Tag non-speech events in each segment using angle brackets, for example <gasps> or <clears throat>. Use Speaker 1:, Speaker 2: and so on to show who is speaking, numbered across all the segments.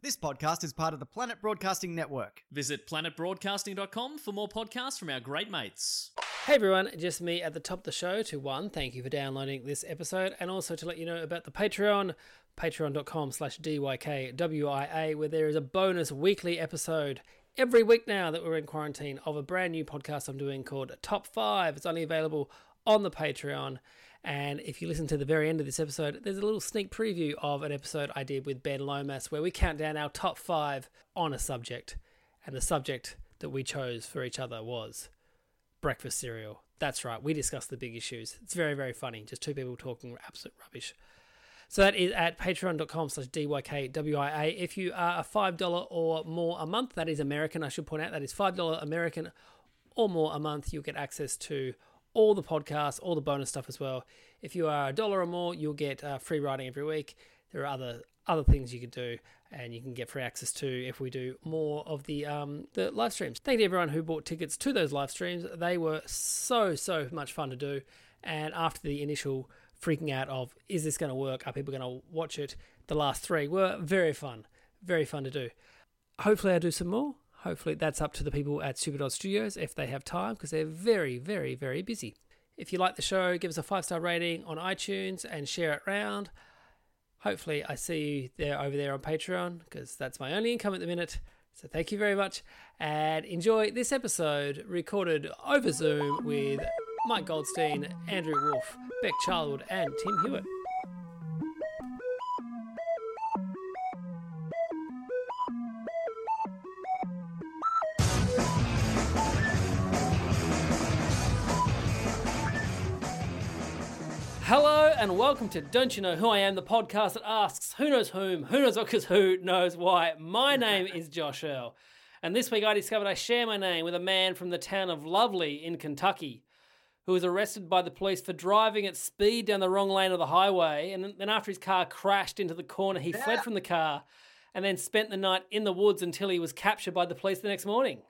Speaker 1: This podcast is part of the Planet Broadcasting Network.
Speaker 2: Visit planetbroadcasting.com for more podcasts from our great mates.
Speaker 3: Hey everyone, just me at the top of the show to one, thank you for downloading this episode and also to let you know about the Patreon, patreon.com slash DYKWIA, where there is a bonus weekly episode every week now that we're in quarantine of a brand new podcast I'm doing called Top 5. It's only available on the Patreon. And if you listen to the very end of this episode, there's a little sneak preview of an episode I did with Ben Lomas where we count down our top five on a subject. And the subject that we chose for each other was breakfast cereal. That's right. We discuss the big issues. It's very, very funny. Just two people talking absolute rubbish. So that is at patreon.com slash DYKWIA. If you are a $5 or more a month, that is American, I should point out, that is $5 American or more a month. You'll get access to all the podcasts, all the bonus stuff as well. If you are a dollar or more, you'll get uh, free writing every week. There are other other things you can do and you can get free access to if we do more of the um, the live streams. Thank you to everyone who bought tickets to those live streams. They were so so much fun to do. And after the initial freaking out of is this going to work? Are people going to watch it? The last three were very fun, very fun to do. Hopefully, I do some more. Hopefully, that's up to the people at Superdog Studios if they have time because they're very, very, very busy. If you like the show, give us a five star rating on iTunes and share it round. Hopefully, I see you there over there on Patreon because that's my only income at the minute. So thank you very much and enjoy this episode recorded over Zoom with Mike Goldstein, Andrew Wolf, Beck Childwood, and Tim Hewitt. Hello and welcome to Don't You Know Who I Am, the podcast that asks who knows whom, who knows what, because who knows why. My name is Josh Earl, and this week I discovered I share my name with a man from the town of Lovely in Kentucky who was arrested by the police for driving at speed down the wrong lane of the highway. And then after his car crashed into the corner, he fled from the car and then spent the night in the woods until he was captured by the police the next morning.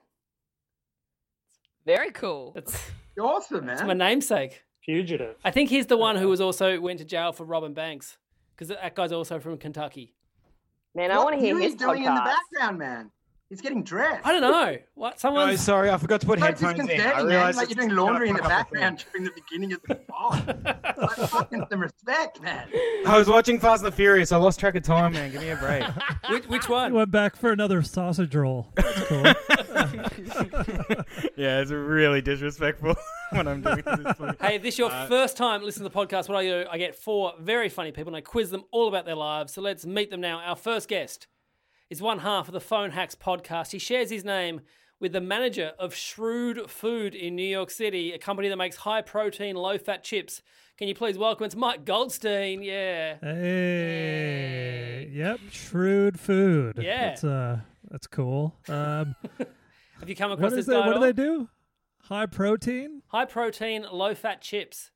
Speaker 4: Very cool.
Speaker 3: That's,
Speaker 5: Awesome, man.
Speaker 3: that's my namesake.
Speaker 6: Fugitive.
Speaker 3: I think he's the one who was also went to jail for robbing banks because that guy's also from Kentucky.
Speaker 4: Man, I
Speaker 5: What
Speaker 4: want to hear
Speaker 5: are you
Speaker 4: his
Speaker 5: doing in the
Speaker 4: podcast.
Speaker 5: background, man? He's getting dressed.
Speaker 3: I don't know what
Speaker 6: Oh,
Speaker 3: someone.
Speaker 6: sorry, I forgot to put
Speaker 5: No, it's
Speaker 6: headphones in. I
Speaker 5: disconcerting, man.
Speaker 6: realized
Speaker 5: Like you're doing laundry in the background during the beginning of the pod.
Speaker 6: <laughs>
Speaker 5: like, fucking some respect, man.
Speaker 6: I was watching Fast and the Furious. I lost track of time, man. Give me a break.
Speaker 3: which, which one?
Speaker 7: <laughs> went back for another sausage roll. That's cool.
Speaker 6: <laughs> yeah, it's really disrespectful <laughs> when I'm doing this.
Speaker 3: Hey, if this is your
Speaker 7: Uh,
Speaker 3: first time listening to the podcast, what I do, I get four very funny people and I quiz them all about their lives. So let's meet them now. Our first guest is one half of the Phone Hacks podcast. He shares his name with the manager of Shrewd Food in New York City, a company that makes high protein, low fat chips. Can you please welcome it's Mike Goldstein? Yeah.
Speaker 7: hey, yep, shrewd food.
Speaker 3: Yeah.
Speaker 7: that's uh, that's cool. Um,
Speaker 3: <laughs> Have you come across
Speaker 7: what is
Speaker 3: this
Speaker 7: that?
Speaker 3: diet?
Speaker 7: What do
Speaker 3: at
Speaker 7: they
Speaker 3: all?
Speaker 7: do? High protein.
Speaker 3: High protein, low fat chips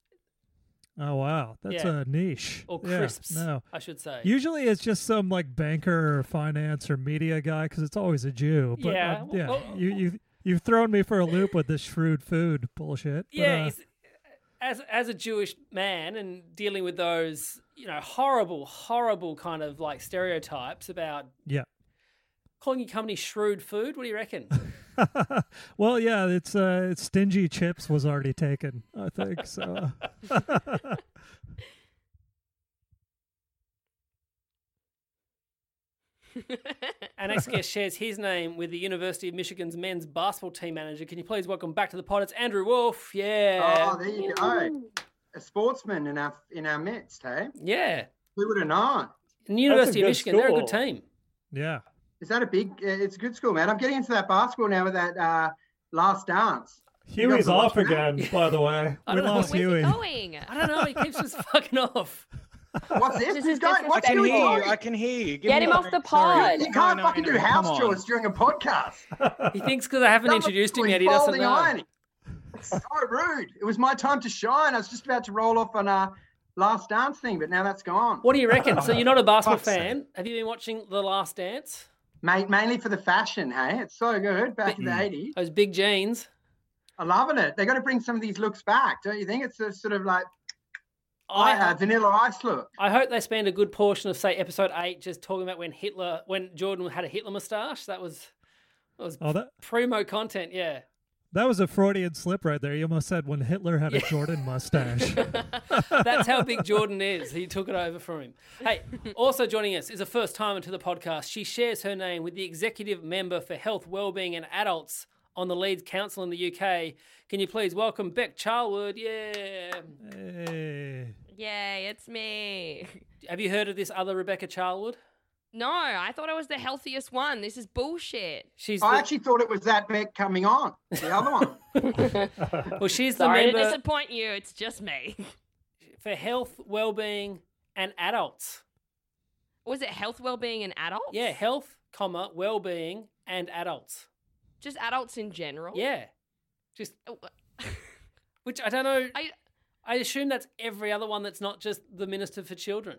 Speaker 7: Oh wow, that's
Speaker 3: Yeah.
Speaker 7: a niche.
Speaker 3: or
Speaker 7: Yeah,
Speaker 3: Oh, crisps,
Speaker 7: no.
Speaker 3: I should say.
Speaker 7: Usually it's just some like banker or finance or media guy because it's always a Jew. But
Speaker 3: Yeah, Oh,
Speaker 7: um, yeah,
Speaker 3: well-
Speaker 7: you you you've thrown me for a loop with this shrewd food bullshit. But,
Speaker 3: yeah,
Speaker 7: uh,
Speaker 3: it's, as as a Jewish man and dealing with those, you know, horrible, horrible kind of like stereotypes about
Speaker 7: yeah. <laughs>
Speaker 3: calling your company shrewd food. What do you reckon?
Speaker 7: well, yeah, it's uh, it's stingy chips was already taken, I think. So uh,
Speaker 3: Our next guest shares his name with the University of Michigan's men's basketball team manager. Can you please welcome back to the pod? It's Andrew Wolf. Yeah,
Speaker 5: Oh, there you go. A sportsman in our in our midst, hey?
Speaker 3: yeah.
Speaker 5: Who would have known?
Speaker 3: And the University of
Speaker 6: good
Speaker 3: Michigan, they're a good
Speaker 6: school.
Speaker 3: team.
Speaker 7: yeah,
Speaker 5: Is that a big? uh, It's a good school, man. I'm getting into that basketball now with that uh, last dance.
Speaker 6: Huey's off again, by the way.
Speaker 7: we
Speaker 3: don't know
Speaker 7: lost
Speaker 4: Where's he
Speaker 7: Huey.
Speaker 4: going?
Speaker 3: I don't know. He keeps just <laughs> fucking off.
Speaker 5: What's this?
Speaker 4: This
Speaker 5: You
Speaker 4: is
Speaker 5: don't,
Speaker 6: I
Speaker 5: what's
Speaker 6: can
Speaker 4: disrespectful.
Speaker 5: going
Speaker 6: hear
Speaker 5: on?
Speaker 6: you. I can hear you. Give
Speaker 4: Get
Speaker 6: me
Speaker 4: him
Speaker 6: a
Speaker 4: off
Speaker 6: break.
Speaker 4: the
Speaker 6: Sorry.
Speaker 4: pod.
Speaker 5: You
Speaker 4: You
Speaker 6: No,
Speaker 5: can't
Speaker 6: no,
Speaker 5: fucking
Speaker 6: no,
Speaker 5: do
Speaker 6: come
Speaker 5: house
Speaker 6: on.
Speaker 5: chores during a podcast.
Speaker 3: He thinks because I haven't
Speaker 5: Someone
Speaker 3: introduced him
Speaker 5: was
Speaker 3: yet, he doesn't
Speaker 5: folding
Speaker 3: know.
Speaker 5: ironing. It's so rude. It was my time to shine. I was just about to roll off on a last dance thing, but now that's gone.
Speaker 3: What do you reckon? So you're not a basketball
Speaker 6: Fuck's sake.
Speaker 3: fan? Have you been watching The Last Dance?
Speaker 5: Mate, mainly for the fashion, hey? It's so good. Back in the 80s.
Speaker 3: Those big jeans.
Speaker 5: I'm loving it. They got to bring some of these looks back, don't you think? It's a sort of like
Speaker 3: I
Speaker 5: uh, vanilla ice look.
Speaker 3: I hope they spend a good portion of say episode eight just talking about when Hitler, when Jordan had a Hitler moustache. That was that was
Speaker 7: Oh, that
Speaker 3: promo content. Yeah.
Speaker 7: that was a Freudian slip right there. You almost said when Hitler had a Jordan <laughs> mustache.
Speaker 3: That's how big Jordan is. He took it over from him. Hey, also joining us is a first timer to the podcast. She shares her name with the executive member for health, wellbeing, and adults on the Leeds Council in the UK. Can you please welcome Beck Charwood? Yeah.
Speaker 7: hey.
Speaker 4: Yay, it's me.
Speaker 3: Have you heard of this other Rebecca Charwood?
Speaker 4: No, I thought I was the healthiest one. This is bullshit.
Speaker 3: She's
Speaker 5: I
Speaker 3: the-
Speaker 5: actually thought it was that Beck coming on, the other one.
Speaker 3: <laughs> well, she's the
Speaker 4: Sorry to
Speaker 3: member
Speaker 4: disappoint you. It's just me. <laughs>
Speaker 3: for health, wellbeing, and adults.
Speaker 4: Was it health, well-being, and adults?
Speaker 3: Yeah, health, comma, well-being, and adults.
Speaker 4: just adults in general.
Speaker 3: Yeah, just
Speaker 4: Oh,
Speaker 3: <laughs> which I don't know.
Speaker 4: I
Speaker 3: I assume that's every other one that's not just the minister for children.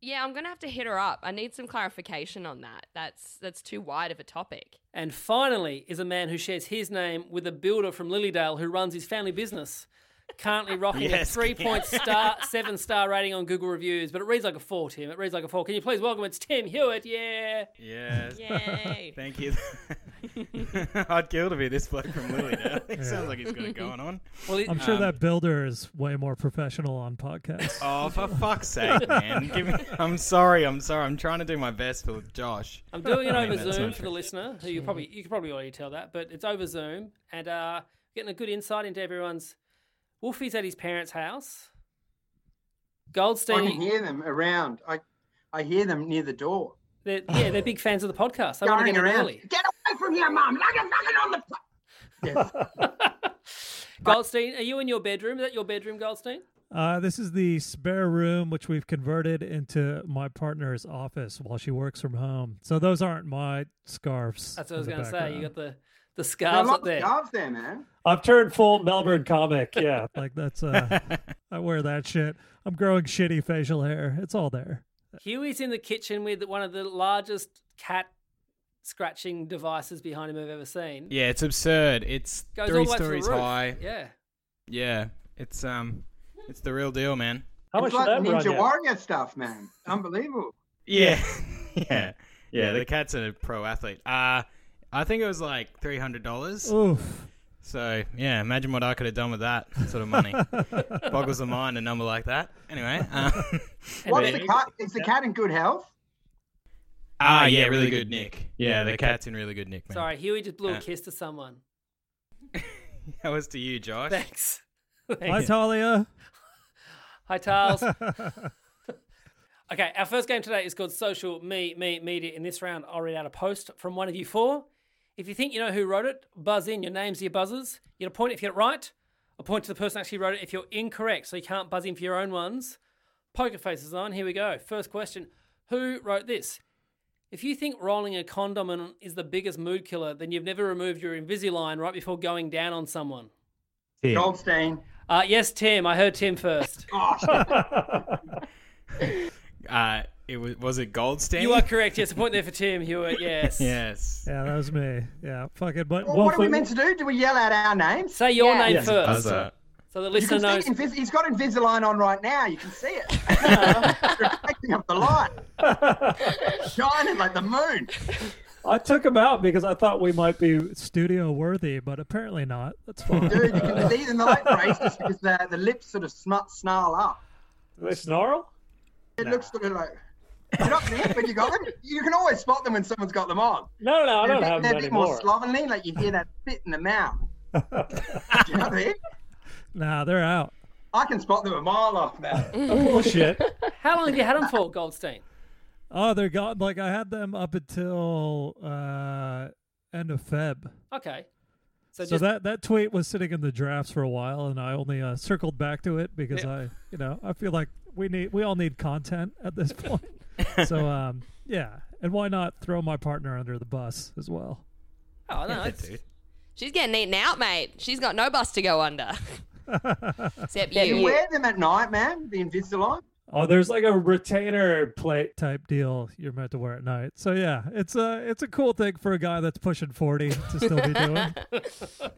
Speaker 4: yeah, I'm gonna have to hit her up. I need some clarification on that. That's that's too wide of a topic.
Speaker 3: And finally, is a man who shares his name with a builder from Lilydale who runs his family business, currently rocking
Speaker 6: Yes,
Speaker 3: a
Speaker 6: Kim.
Speaker 3: three-point star, seven-star rating on Google reviews. But it reads like a four, Tim. It reads like a four. Can you please welcome? It's Tim Hewitt. Yeah. <laughs>
Speaker 6: Yes.
Speaker 4: Yay.
Speaker 6: Thank you. <laughs> I'd kill to be this bloke from Lily now. <laughs> He sounds like he's got it going on.
Speaker 3: Well, it, um,
Speaker 7: I'm sure that builder is way more professional on podcasts.
Speaker 6: Oh, for fuck's sake, man. Give me, <laughs> I'm sorry. I'm sorry. I'm trying to do my best for Josh.
Speaker 3: I'm doing it
Speaker 6: I
Speaker 3: over
Speaker 6: mean, that's
Speaker 3: Zoom
Speaker 6: not
Speaker 3: for the
Speaker 6: true.
Speaker 3: listener. Who you probably you can probably already tell that, but it's over Zoom and uh, getting a good insight into everyone's. Wolfie's at his parents' house.
Speaker 5: I can
Speaker 3: Goldstein,
Speaker 5: hear them around. I, I hear them near the door.
Speaker 3: they're, yeah, they're big fans of the podcast. They want to
Speaker 5: Darting
Speaker 3: get in
Speaker 5: around.
Speaker 3: early.
Speaker 5: Get away from here, mum. Like a fucking on the. pl- Yes.
Speaker 3: <laughs> Goldstein, are you in your bedroom? Is that your bedroom, Goldstein?
Speaker 7: Uh, this is the spare room, which we've converted into my partner's office while she works from home. So those aren't my scarves.
Speaker 3: That's what I was
Speaker 7: in
Speaker 3: going
Speaker 7: the
Speaker 3: to say. You
Speaker 7: background.
Speaker 3: got the the
Speaker 5: I
Speaker 3: scarves
Speaker 5: love
Speaker 3: up
Speaker 5: the
Speaker 3: there.
Speaker 5: scarves there, man.
Speaker 7: I've turned full Melbourne comic. Yeah, <laughs> like that's
Speaker 6: <laughs>
Speaker 7: uh, I wear that shit. I'm growing shitty facial hair. It's all there.
Speaker 3: Huey's in the kitchen with one of the largest cat scratching devices behind him I've ever seen.
Speaker 6: Yeah, it's absurd. It's
Speaker 3: Goes all
Speaker 6: three
Speaker 3: the way up to the
Speaker 6: stories
Speaker 3: roof.
Speaker 6: high.
Speaker 3: Yeah.
Speaker 6: Yeah, it's um, it's the real deal, man.
Speaker 7: How
Speaker 5: It's like Ninja Warrior stuff, man. Unbelievable.
Speaker 6: <laughs> Yeah, yeah, yeah. The cat's a pro athlete. Uh I think it was like three hundred dollars.
Speaker 7: Oof.
Speaker 6: So yeah, imagine what I could have done with that sort of <laughs> money. Boggles the mind a number like that. <laughs> Anyway, um,
Speaker 5: What's the cat? Is the cat in good health?
Speaker 6: ah, yeah, really good, Nick. Yeah, the cat's in really good, Nick. Man.
Speaker 3: Sorry, Huey just blew a
Speaker 6: Yeah.
Speaker 3: kiss to someone.
Speaker 6: that was to you, Josh.
Speaker 3: Thanks.
Speaker 7: Hi, Talia. <laughs>
Speaker 3: Hi, Tiles. okay, our first game today is called Social Me Me Media. In this round, I'll read out a post from one of you four. If you think you know who wrote it, buzz in. Your names are your buzzers. You get a point if you get it right. A point to the person who actually wrote it if you're incorrect, so you can't buzz in for your own ones. Poker faces on. Here we go. First question: Who wrote this? If you think rolling a condom in is the biggest mood killer, then you've never removed your Invisalign right before going down on someone.
Speaker 5: Goldstein.
Speaker 3: Uh, yes, Tim. I heard
Speaker 7: <laughs>
Speaker 3: Tim first.
Speaker 5: Oh, shit.
Speaker 6: Uh, it was was it Goldstein?
Speaker 3: You are
Speaker 6: <laughs>
Speaker 3: correct. Yes, a point there for Tim Hewitt. Yes.
Speaker 6: Yes.
Speaker 7: Yeah, that was me. Yeah, fuck it. But
Speaker 5: Well,
Speaker 7: Wolfie-
Speaker 5: what are we meant to do? Do we yell out our names?
Speaker 3: Say your
Speaker 4: Yeah.
Speaker 3: name
Speaker 4: Yes,
Speaker 3: first,
Speaker 6: Buzzer.
Speaker 3: so the
Speaker 5: You can
Speaker 3: listener
Speaker 5: see
Speaker 3: knows.
Speaker 5: Invis- he's got Invisalign on right now. You can see it. <laughs> It's reflecting up the light. Shining like the moon.
Speaker 7: I took him out because I thought we might be studio worthy, but apparently not. <laughs> That's fine.
Speaker 5: Dude, you can see them. They're like braces because the, the lips sort of smut snarl up.
Speaker 7: they snarl?
Speaker 5: It looks sort of like. You're not there, but you got them. You can always spot them when someone's got them on.
Speaker 7: No, no, I
Speaker 5: They're a bit- they're a bit more slovenly, like you hear that spit in the mouth. Do you know what I mean?
Speaker 7: Nah, they're out.
Speaker 5: I can spot them a mile off now.
Speaker 7: Bullshit.
Speaker 3: How long have you had them for, Goldstein?
Speaker 7: oh, they're gone. Like I had them up until uh, end of Feb.
Speaker 3: Okay. So,
Speaker 7: So
Speaker 3: just
Speaker 7: that that tweet was sitting in the drafts for a while, and I only uh, circled back to it because I, you know, I feel like we need we all need content at <laughs> this point. so um, yeah, and why not throw my partner under the bus as well?
Speaker 3: Oh, no,
Speaker 6: Yeah,
Speaker 3: that's-
Speaker 6: dude.
Speaker 4: She's getting eaten out, mate. She's got no bus to go
Speaker 5: <laughs>
Speaker 4: under. Except
Speaker 5: You
Speaker 4: you.
Speaker 5: wear them at night, man. The Invisalign.
Speaker 7: Oh, there's like a retainer plate type deal you're meant to wear at night. So yeah, it's a it's a cool thing for a guy that's pushing forty to still be doing.
Speaker 3: All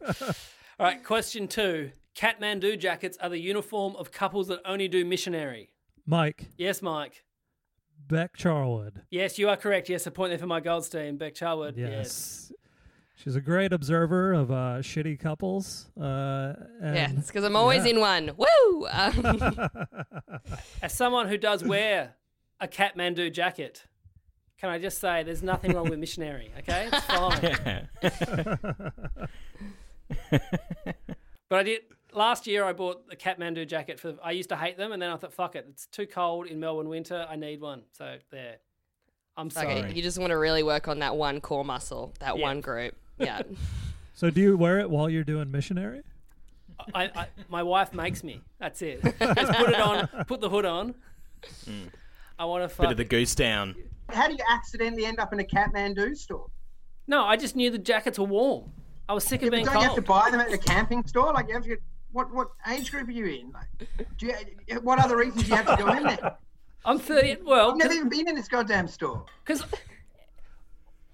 Speaker 3: right, question two. Kathmandu jackets are the uniform of couples that only do missionary.
Speaker 7: Mike
Speaker 3: Yes, Mike.
Speaker 7: Beck Charwood.
Speaker 3: Yes, you are correct. Yes, a point there for my Goldstein, Beck Charwood. Yes.
Speaker 7: Yes. She's a great observer of uh, shitty couples. Uh, and
Speaker 4: Yeah, it's because I'm always in one. Woo! Um, <laughs>
Speaker 3: As someone who does wear a Kathmandu jacket, can I just say there's nothing wrong with missionary, okay? It's fine.
Speaker 7: <laughs>
Speaker 3: But I did last year. I bought the Kathmandu jacket for. I used to hate them, and then I thought, "Fuck it, it's too cold in Melbourne winter. I need one." So there. I'm sorry.
Speaker 4: okay, you just want to really work on that one core muscle, that
Speaker 3: Yeah.
Speaker 4: one group. Yeah.
Speaker 7: So do you wear it while you're doing missionary?
Speaker 3: I, I, my wife makes me. That's it. Just put it on. Put the hood on.
Speaker 4: Mm.
Speaker 3: I want to
Speaker 6: <laughs> Bit
Speaker 3: fuck.
Speaker 6: of the goose down.
Speaker 5: How do you accidentally end up in a Kathmandu store?
Speaker 3: no, I just knew the jackets were warm. I was sick of being
Speaker 5: Don't you have to
Speaker 3: cold.
Speaker 5: buy them at the camping store? Like, you have to get, what what age group are you in? Like, do you, what other reasons do you have to go in there?
Speaker 3: I'm 30. Well,
Speaker 5: I've never even been in this goddamn store.
Speaker 3: because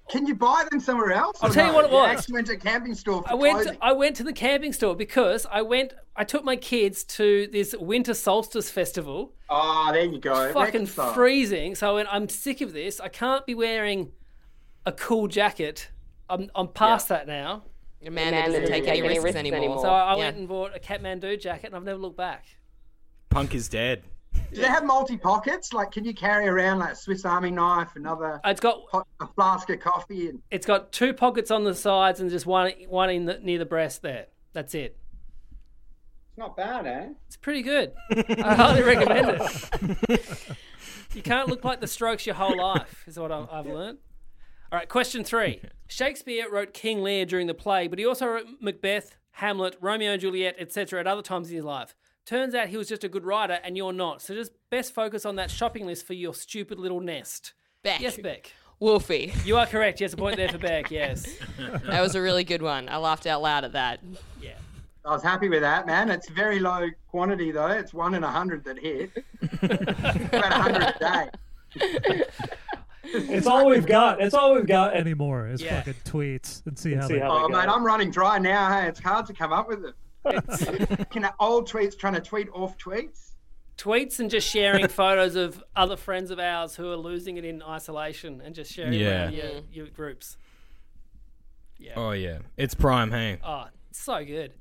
Speaker 5: Can you buy them somewhere else?
Speaker 3: I'll
Speaker 5: or
Speaker 3: tell you
Speaker 5: no?
Speaker 3: what it was.
Speaker 5: actually went to a camping store for
Speaker 3: I went.
Speaker 5: clothing.
Speaker 3: I went to the camping store because I went. I took my kids to this winter solstice festival.
Speaker 5: Ah, there you go.
Speaker 3: fucking
Speaker 5: Reconcile.
Speaker 3: freezing. So when I'm sick of this. I can't be wearing a cool jacket. I'm, I'm past that now.
Speaker 4: Your man, that doesn't take any risks, anymore.
Speaker 3: So I
Speaker 4: Yeah.
Speaker 3: went and bought a Kathmandu jacket and I've never looked back.
Speaker 6: Punk is dead.
Speaker 5: Do they have multi pockets? Like, can you carry around like a Swiss Army knife, another
Speaker 3: It's got
Speaker 5: pot, a flask of coffee, and
Speaker 3: it's got two pockets on the sides and just one one in the, near the breast there. That's it.
Speaker 5: it's not bad, eh?
Speaker 3: It's pretty good. I highly recommend it. you can't look like the Strokes your whole life, is what I've, I've learned. All right, question three. Shakespeare wrote King Lear during the play, but he also wrote Macbeth, Hamlet, Romeo and Juliet, etc. at other times in his life. Turns out he was just a good writer and you're not. So just best focus on that shopping list for your stupid little nest.
Speaker 4: Beck.
Speaker 3: Yes, Beck.
Speaker 4: Wolfie.
Speaker 3: You are correct. Yes, a point there for Beck. Yes.
Speaker 4: That was a really good one. I laughed out loud at that.
Speaker 5: I was happy with that, man. It's very low quantity though. It's one in a hundred that hit. About a hundred a day.
Speaker 7: It's all we've got. It's all we've got anymore is
Speaker 3: Yeah.
Speaker 7: fucking tweets and see how
Speaker 8: See
Speaker 7: they
Speaker 8: how
Speaker 5: Oh
Speaker 8: they
Speaker 5: mate,
Speaker 8: go.
Speaker 5: I'm running dry now. Hey, it's hard to come up with them. <laughs> Can old tweets trying to tweet off tweets?
Speaker 3: Tweets and just sharing <laughs> photos of other friends of ours who are losing it in isolation and just sharing
Speaker 6: Yeah.
Speaker 3: around your, your groups.
Speaker 6: Oh yeah, it's prime, hey.
Speaker 3: Oh, it's so good.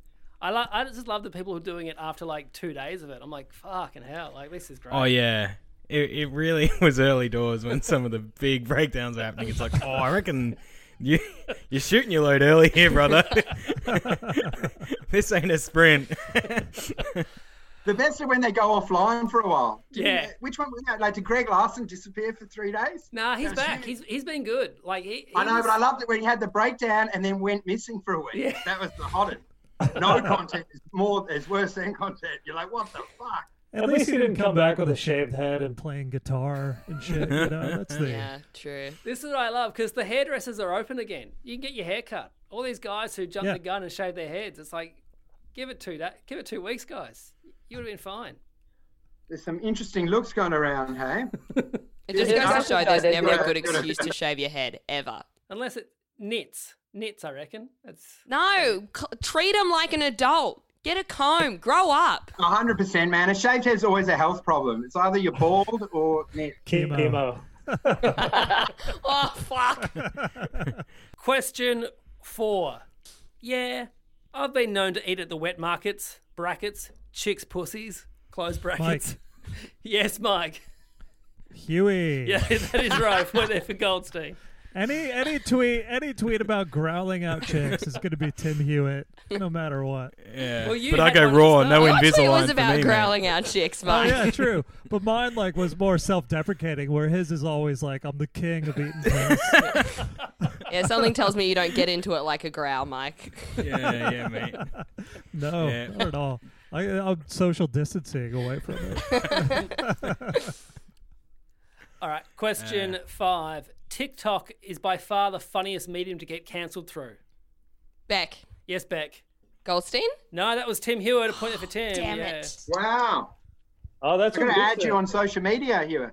Speaker 3: I lo- I just love the people who are doing it after like two days of it. I'm like, fucking hell, like this is great.
Speaker 6: Oh yeah. It, it really <laughs> was early doors when some of the big breakdowns were happening. It's like, oh, I reckon you you're shooting your load early here, brother. <laughs> this ain't
Speaker 7: <laughs>
Speaker 6: a sprint.
Speaker 5: The best are when they go offline for a while. Didn't-
Speaker 3: Yeah.
Speaker 5: Which one was that? Like, did Greg Larson disappear for three days?
Speaker 3: Nah, he's
Speaker 5: That was
Speaker 3: back.
Speaker 5: huge.
Speaker 3: He's he's been good. Like he,
Speaker 5: I know,
Speaker 3: he's-
Speaker 5: but I loved it when he had the breakdown and then went missing for a week. That was the hottest. No content is more is worse than content. You're like, what the fuck?
Speaker 7: At least he didn't come back with a shaved head and playing guitar and shit. You know, that's the
Speaker 4: Yeah, true.
Speaker 3: This is what I love because the hairdressers are open again. You can get your hair cut. All these guys who jump
Speaker 7: Yeah.
Speaker 3: the gun and shave their heads, it's like, give it two da- give it two weeks, guys. You would have been fine.
Speaker 5: There's some interesting looks going around, hey?
Speaker 4: It just
Speaker 8: Yeah,
Speaker 4: goes
Speaker 8: that's
Speaker 4: to show
Speaker 8: right,
Speaker 4: there's
Speaker 8: that's
Speaker 4: never a
Speaker 8: right.
Speaker 4: good excuse to shave your head ever.
Speaker 3: Unless it knits, knits. I reckon that's
Speaker 4: No, c- treat him like an adult. Get a comb. Grow up.
Speaker 5: hundred percent, man. A shaved head's always a health problem. It's either you're bald or net.
Speaker 7: chemo. <laughs>
Speaker 3: <laughs>
Speaker 8: Chemo.
Speaker 4: Oh fuck.
Speaker 3: Question four. Yeah, I've been known to eat at the wet markets, brackets, chicks' pussies, close brackets.
Speaker 7: Mike,
Speaker 3: <laughs> Yes, Mike.
Speaker 7: Huey.
Speaker 3: Yeah, <laughs> that is right. We're there for Goldstein.
Speaker 7: Any any tweet any tweet about growling out chicks is going to be Tim Hewitt, no matter what.
Speaker 6: Yeah.
Speaker 3: Well, you
Speaker 6: but I
Speaker 3: had
Speaker 6: go
Speaker 3: one at
Speaker 6: raw,
Speaker 3: the
Speaker 6: no
Speaker 3: start.
Speaker 4: Actually, it
Speaker 6: Invisalign
Speaker 4: was
Speaker 6: for
Speaker 4: about
Speaker 6: me,
Speaker 4: growling out chicks,
Speaker 7: Oh
Speaker 4: mate.
Speaker 7: yeah, true. But mine like was more self-deprecating, where his is always like, "I'm the king of eating piss."
Speaker 4: Yeah, something tells me you don't get into it like a growl, Mike.
Speaker 6: Man. <laughs> Yeah, yeah, mate.
Speaker 7: No,
Speaker 6: Yeah.
Speaker 7: not at all. I, I'm social distancing away from it.
Speaker 3: All right. Question five. TikTok is by far the funniest medium to get cancelled through.
Speaker 4: Beck
Speaker 3: Yes, Beck.
Speaker 4: Goldstein.
Speaker 3: No, that was Tim Hewitt. A
Speaker 4: <gasps>
Speaker 3: point there for Tim.
Speaker 4: Damn
Speaker 3: yeah.
Speaker 4: it.
Speaker 5: Wow.
Speaker 8: Oh, that's
Speaker 5: I'm going
Speaker 8: what
Speaker 5: to
Speaker 8: it is
Speaker 5: add you
Speaker 8: then.
Speaker 5: on social media, Hewitt.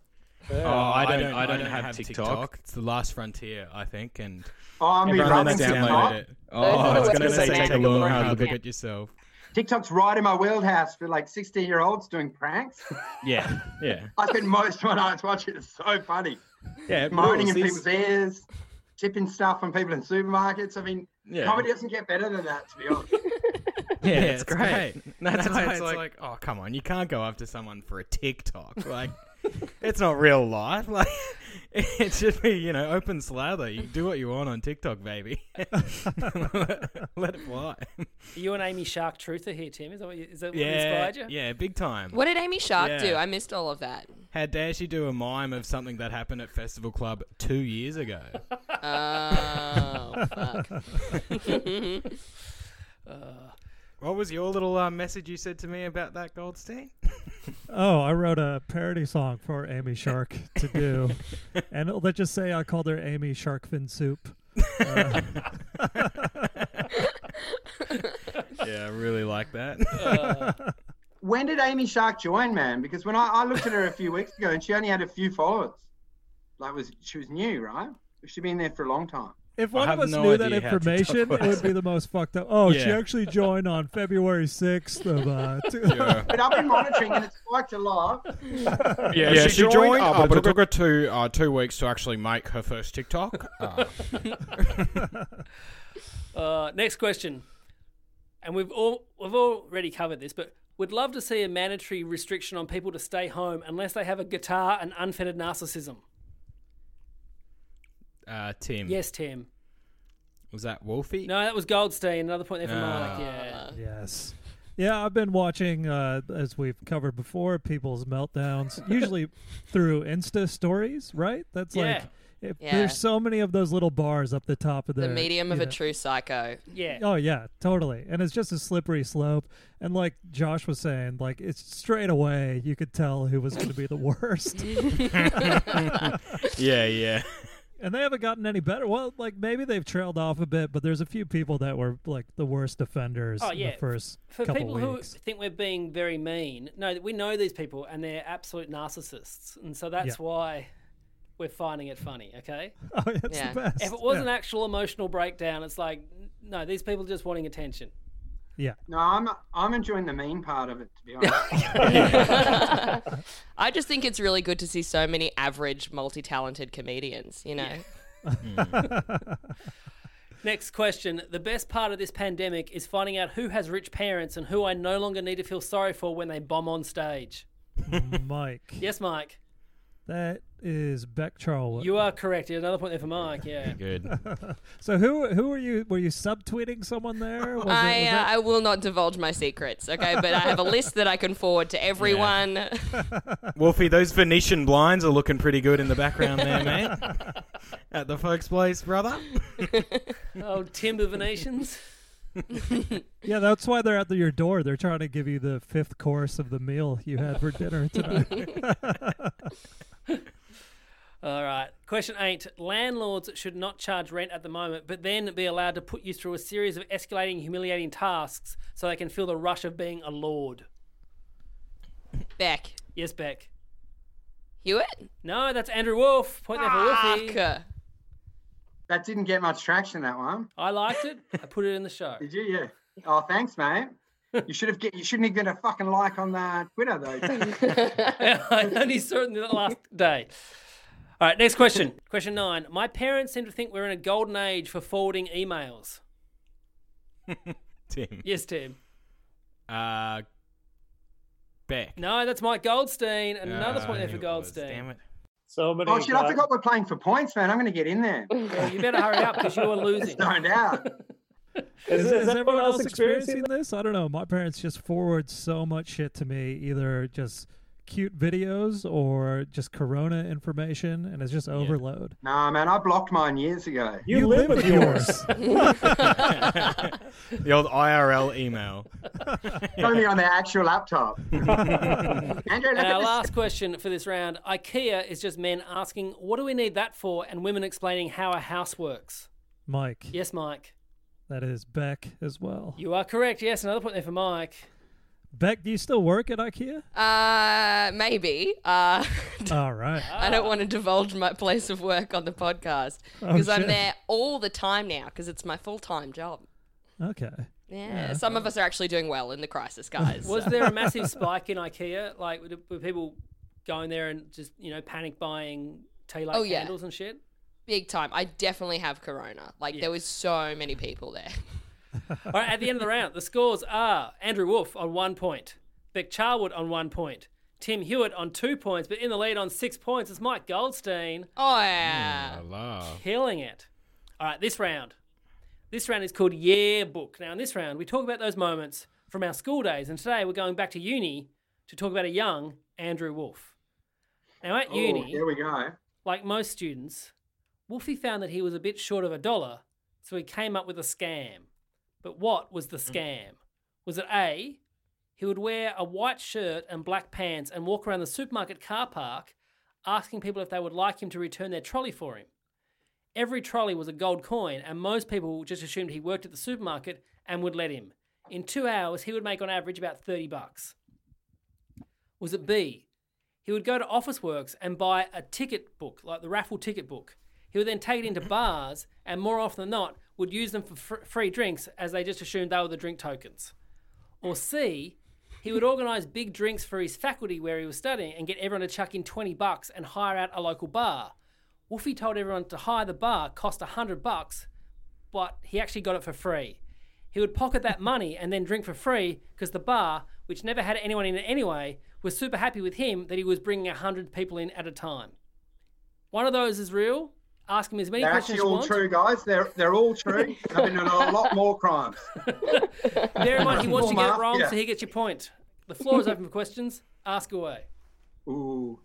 Speaker 6: Oh,
Speaker 8: I don't- I don't have TikTok.
Speaker 6: It's the last frontier, I think, and
Speaker 5: Oh, I'm be
Speaker 6: everyone
Speaker 5: rubbing
Speaker 6: that's
Speaker 5: some
Speaker 6: downloaded
Speaker 5: TikTok.
Speaker 6: it. Oh, I was
Speaker 8: Those are
Speaker 6: gonna
Speaker 8: the
Speaker 6: say
Speaker 8: ones
Speaker 6: take a
Speaker 8: that
Speaker 6: long
Speaker 8: look
Speaker 6: hard look
Speaker 8: at.
Speaker 6: at yourself.
Speaker 5: TikTok's right in my wheelhouse for like 16 year olds doing pranks.
Speaker 6: Yeah, <laughs> yeah,
Speaker 5: I think most when I watch it, it's so funny.
Speaker 6: yeah. it
Speaker 5: Moaning in
Speaker 6: rules. These-
Speaker 5: people's ears, tipping stuff on people in supermarkets. I mean,
Speaker 6: Yeah.
Speaker 5: comedy doesn't get better than that, to be honest.
Speaker 6: <laughs> Yeah, it's, great. That's, why it's like, oh come on, you can't go after someone for a <laughs> TikTok. Like, it's not real life. <laughs> Like, it should be you know open slather. You do what you want on TikTok, baby. <laughs> Let it fly.
Speaker 3: Are you an Amy Shark truther here, Tim? Is that what, you, is that what
Speaker 6: Yeah,
Speaker 3: inspired you?
Speaker 6: yeah, big time.
Speaker 4: What did Amy Shark
Speaker 6: Yeah.
Speaker 4: do? I missed all of that. <laughs>
Speaker 6: How dare she do a mime of something that happened at Festival Club two years <laughs> ago?
Speaker 7: <laughs>
Speaker 4: Oh, fuck.
Speaker 6: What was your little uh, message you said to me about that Goldstein?
Speaker 7: Oh, I wrote a parody song for Amy
Speaker 3: <laughs>
Speaker 7: Shark to do, and let's just say I called her Amy Sharkfin Soup.
Speaker 6: yeah, I really like <laughs> that.
Speaker 5: when did Amy Shark join, man? Because when I, I looked at her a few weeks ago and she only had a few followers. Like was she was new, right? She'd been there for a long time.
Speaker 7: If one
Speaker 6: have
Speaker 7: of us
Speaker 6: no
Speaker 7: knew that
Speaker 6: idea how TikTok
Speaker 7: information, it
Speaker 6: works.
Speaker 7: would be the most fucked up. Oh, she
Speaker 6: Yeah.
Speaker 7: actually joined on February 6th of
Speaker 6: <laughs>
Speaker 7: uh, two- <laughs>
Speaker 5: But I've been monitoring and it's spiked a lot.
Speaker 6: Yeah, oh,
Speaker 8: she joined, uh,
Speaker 6: but it took her two uh, two weeks to actually make her first <laughs> TikTok. Uh,
Speaker 3: Uh, next question, and we've all we've already covered this, but would love to see a mandatory restriction on people to stay home unless they have a guitar and unfettered narcissism.
Speaker 6: uh,
Speaker 7: Hmm.
Speaker 6: Tim,
Speaker 3: Yes, Tim.
Speaker 6: was that Wolfie?
Speaker 3: No, that was Goldstein. Another point there for
Speaker 6: Ah.
Speaker 3: Mike. Yeah.
Speaker 7: Yes. Yeah, I've been watching, uh, as we've covered before, people's meltdowns, usually through Insta stories, right? That's like, if
Speaker 4: Yeah.
Speaker 7: there's so many of those little bars up the top of
Speaker 4: the
Speaker 7: their,
Speaker 4: medium of
Speaker 7: you
Speaker 4: a
Speaker 7: know-
Speaker 4: true
Speaker 7: <laughs>
Speaker 4: psycho.
Speaker 3: Yeah.
Speaker 7: Oh, yeah, Oh, totally. And it's just a slippery slope. And like Josh was saying, like, it's straight away, you could tell who was going to be the worst.
Speaker 6: Yeah, yeah.
Speaker 7: and they haven't gotten any better. Well, like, maybe they've trailed off a bit, but there's a few people that were like the worst offenders
Speaker 3: Oh,
Speaker 7: in
Speaker 3: yeah.
Speaker 7: the first
Speaker 3: For
Speaker 7: couple
Speaker 3: people who
Speaker 7: weeks.
Speaker 3: think we're being very mean, no, we know these people and they're absolute narcissists, and so that's
Speaker 7: Yeah.
Speaker 3: why we're finding it funny.
Speaker 7: <laughs>
Speaker 3: Okay.
Speaker 7: oh, yeah, it's
Speaker 4: Yeah.
Speaker 7: the best.
Speaker 3: If it was
Speaker 7: Yeah.
Speaker 3: an actual emotional breakdown, it's like, n- no, these people are just wanting attention.
Speaker 7: yeah.
Speaker 5: No, I'm I'm enjoying the mean part of it, to be honest.
Speaker 4: I just think it's really good to see so many average, multi-talented comedians. You know,
Speaker 3: Next question. The best part of this pandemic is finding out who has rich parents and who I no longer need to feel sorry for when they bomb on stage.
Speaker 7: <laughs> Mike.
Speaker 3: Yes, Mike.
Speaker 7: That is Beck Charlwood.
Speaker 3: You are correct. Another point there for Mike. Yeah.
Speaker 6: Good.
Speaker 7: so who who were you were you subtweeting someone <laughs> there?
Speaker 3: <laughs>
Speaker 7: Was it- was
Speaker 4: I uh,
Speaker 7: that-
Speaker 4: I will not divulge my secrets. Okay, but I have a list that I can forward
Speaker 7: <laughs>
Speaker 4: to everyone. <laughs>
Speaker 6: Wolfie, those Venetian blinds are looking pretty good in the background there, mate. At the folks' place, brother.
Speaker 3: Oh, Timber Venetians. <laughs>
Speaker 7: yeah, that's why they're at the, your door. They're trying to give you the fifth course of the meal you had for
Speaker 5: <laughs>
Speaker 7: dinner tonight.
Speaker 3: All right. Question eight. Landlords should not charge rent at the moment, but then be allowed to put you through a series of escalating, humiliating tasks so they can feel the rush of being a lord.
Speaker 4: Beck
Speaker 3: Yes, Beck.
Speaker 4: Hewitt.
Speaker 3: No, that's Andrew Wolf. Point there for Wolfie.
Speaker 4: Fuck.
Speaker 5: that didn't get much traction. That one.
Speaker 3: I liked it. I put it in
Speaker 8: <laughs>
Speaker 3: the show.
Speaker 5: Did you? Yeah. Oh, thanks, mate. You should have get. You shouldn't have got a fucking like on the Twitter
Speaker 3: <laughs>
Speaker 5: though.
Speaker 3: I only saw it in the last day. All right, next question. Question nine. My parents seem to think we're in a golden age for forwarding emails.
Speaker 6: <laughs> Tim.
Speaker 3: Yes, Tim.
Speaker 6: Uh, Beck.
Speaker 3: No, that's Mike Goldstein. Another
Speaker 6: Uh,
Speaker 3: point there
Speaker 6: it
Speaker 3: for
Speaker 6: was,
Speaker 3: Goldstein.
Speaker 6: Damn it.
Speaker 8: So many.
Speaker 5: oh shit! I
Speaker 8: guys-
Speaker 5: forgot we're playing for points, man. I'm going to get
Speaker 3: <laughs>
Speaker 5: in there.
Speaker 3: Well, you better hurry up because you
Speaker 8: <laughs>
Speaker 3: are losing.
Speaker 5: Stoned out.
Speaker 8: Is, is everyone else experiencing
Speaker 7: this? I don't know. My parents just forward so much shit to me, either just cute videos or just Corona information, and it's just overload.
Speaker 5: Nah, man, I blocked mine years ago.
Speaker 7: You You live live with with yours.
Speaker 6: the old
Speaker 3: <laughs>
Speaker 6: IRL email.
Speaker 5: It's only on their actual laptop.
Speaker 3: and our last question for this round IKEA is just men asking, what do we need that for? And women explaining how a house works.
Speaker 7: Mike,
Speaker 3: Yes, Mike.
Speaker 7: that is Beck as well.
Speaker 3: You are correct. Yes, another point there for Mike.
Speaker 7: Beck, do you still work at IKEA?
Speaker 4: Uh, maybe. Uh, <laughs>
Speaker 7: All right.
Speaker 4: I don't want to divulge my place of work on the podcast
Speaker 7: Oh,
Speaker 4: because I'm
Speaker 7: shit.
Speaker 4: there all the time now because it's my full time job.
Speaker 7: Okay.
Speaker 4: Yeah, some of us are actually doing well in the
Speaker 7: <laughs>
Speaker 4: crisis, guys.
Speaker 3: Was
Speaker 4: so.
Speaker 3: there a massive spike in IKEA? Like, were were people going there and just, you know, panic buying tea light
Speaker 4: Oh, yeah.
Speaker 3: candles and shit?
Speaker 4: Big time. I definitely have corona. Like there was so many people there. <laughs>
Speaker 3: All right, at the end of the round, the scores are Andrew Wolf on one point, Beck Charwood on one point, Tim Hewitt on two points, but in the lead on six points is Mike Goldstein.
Speaker 4: Oh, yeah.
Speaker 6: Hmm,
Speaker 3: Killing it. All right, this round. This round is called Yearbook. Now, in this round, we talk about those moments from our school days, and today we're going back to uni to talk about a young Andrew Wolf. Now, at
Speaker 5: Oh,
Speaker 3: uni,
Speaker 5: there we go.
Speaker 3: like most students, Wolfie found that he was a bit short of a dollar, so he came up with a scam. But what was the scam? Was it A, he would wear a white shirt and black pants and walk around the supermarket car park asking people if they would like him to return their trolley for him? Every trolley was a gold coin, and most people just assumed he worked at the supermarket and would let him. In two hours, he would make on average about 30 bucks. Was it B, he would go to Office Works and buy a ticket book, like the raffle ticket book. He would then take it into bars and more often than not would use them for fr- free drinks as they just assumed they were the drink tokens. Or C, he would organise big drinks for his faculty where he was studying and get everyone to chuck in 20 bucks and hire out a local bar. Wolfie told everyone to hire the bar cost 100 bucks, but he actually got it for free. He would pocket that money and then drink for free because the bar, which never had anyone in it anyway, was super happy with him that he was bringing 100 people in at a time. One of those is real. Ask him as many
Speaker 5: They're
Speaker 3: questions
Speaker 5: actually
Speaker 3: as you
Speaker 5: all
Speaker 3: want.
Speaker 5: true, guys. They're they're all true. I've been in a lot more crimes.
Speaker 3: Bear in mind,
Speaker 5: <laughs>
Speaker 3: he wants to get it
Speaker 5: Mark,
Speaker 3: wrong,
Speaker 5: yeah.
Speaker 3: so he gets your point. The floor is open for questions. Ask away.
Speaker 5: Ooh.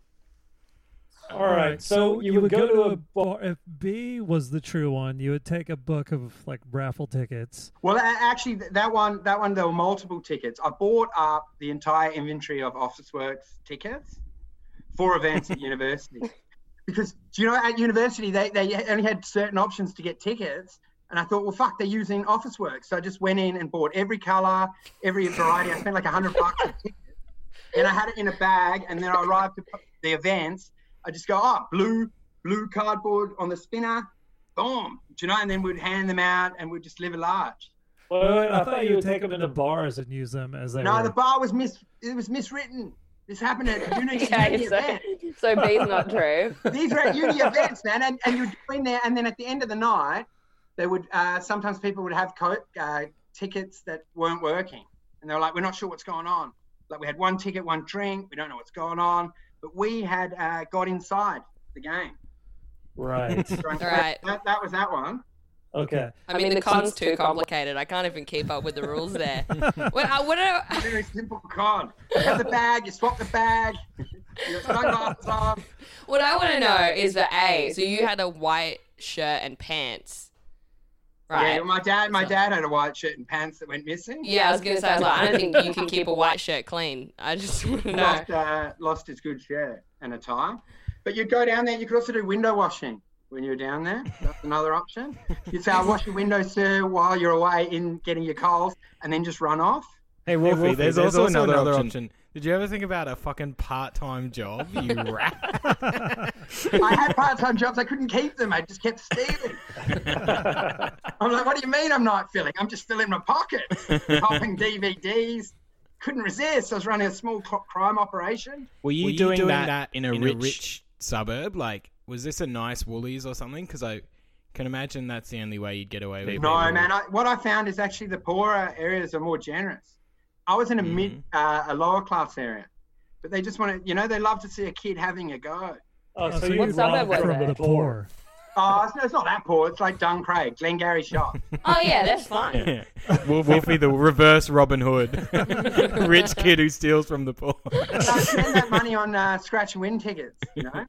Speaker 8: All right, so you would go to a
Speaker 7: bar. If B was the true one, you would take a book of like raffle tickets.
Speaker 5: Well, a- actually, th- that one, that one, there were multiple tickets. I bought up the entire inventory of Officeworks tickets for events at university because do you know at university they, they only had certain options to get tickets, and I thought, well, fuck, they're using Officeworks, so I just went in and bought every color, every variety. I spent like a hundred bucks on tickets, and I had it in a bag, and then I arrived at the events. I just go, oh, blue, blue cardboard on the spinner, boom, do you know? And then we'd hand them out, and we'd just live a large.
Speaker 8: Wait, wait, I thought you would take them in
Speaker 7: the
Speaker 8: the.
Speaker 7: bars and use them as they
Speaker 5: No,
Speaker 7: were.
Speaker 5: the bar was mis. It was miswritten. This happened at uni. uni event.
Speaker 9: so B's not true.
Speaker 5: These were at uni events, man, and, and you'd go in there, and then at the end of the night, they would. Uh, sometimes people would have co- uh, tickets that weren't working, and they were like, "We're not sure what's going on." Like we had one ticket, one drink. We don't know what's going on, but we had uh, got inside the game. <laughs>
Speaker 7: Right.
Speaker 5: So
Speaker 4: Right.
Speaker 5: That, that was that one.
Speaker 7: okay.
Speaker 4: I mean, the con's too complicated. I can't even keep up with the rules there. what, I, what I,
Speaker 5: Very simple con. You have the bag. You swap the bag. You got sunglasses on.
Speaker 4: what I want to know is the A. So you had a white shirt and pants, right?
Speaker 5: Yeah, my dad. My dad had a white shirt and pants that went missing.
Speaker 4: Yeah, I was gonna say, I, was like, <laughs> I don't think you can keep a white shirt clean. I
Speaker 7: <laughs>
Speaker 4: just want to know.
Speaker 5: lost, uh, lost his good shirt and a tie. But you'd go down there. You could also do window washing when you were down there. That's another option. You'd say, "I'll wash your window, sir, while you're away in getting your coals," and then just run off.
Speaker 6: Hey Wolfie,
Speaker 5: Wolfie,
Speaker 6: there's,
Speaker 5: there's
Speaker 6: also,
Speaker 5: also
Speaker 6: another,
Speaker 5: another
Speaker 6: option. Did you ever think about a fucking part-time job, <laughs> you rat?
Speaker 5: I had part-time jobs. I couldn't keep them. I just kept stealing. I'm like, "What do you mean I'm not filling? I'm just filling my pockets, popping DVDs." Couldn't resist. I was running a small cl- crime operation.
Speaker 6: Were you,
Speaker 5: Were
Speaker 6: doing, that, in, a, rich... suburb? Like, was this a nice Woolies or something? Because I can imagine that's the only way you'd get away with.
Speaker 5: No,
Speaker 6: <laughs>
Speaker 5: man. I, what I found is actually the poorer areas are more generous. I was in a mid, uh,
Speaker 6: Mm-hmm.
Speaker 5: a lower class area, but they just want to, you know, they love to see a kid having a go.
Speaker 8: Oh, so you robbed from the poor.
Speaker 5: Oh, it's, it's not that poor. It's like Duncraig, Glengarry
Speaker 6: <laughs>
Speaker 5: Shop.
Speaker 9: Oh yeah, that's fine.
Speaker 7: <laughs>
Speaker 6: Yeah. Wolf, Wolfie, the reverse Robin Hood, <laughs> rich kid who steals from the poor.
Speaker 5: I spend that money on uh, scratch and win tickets. You know.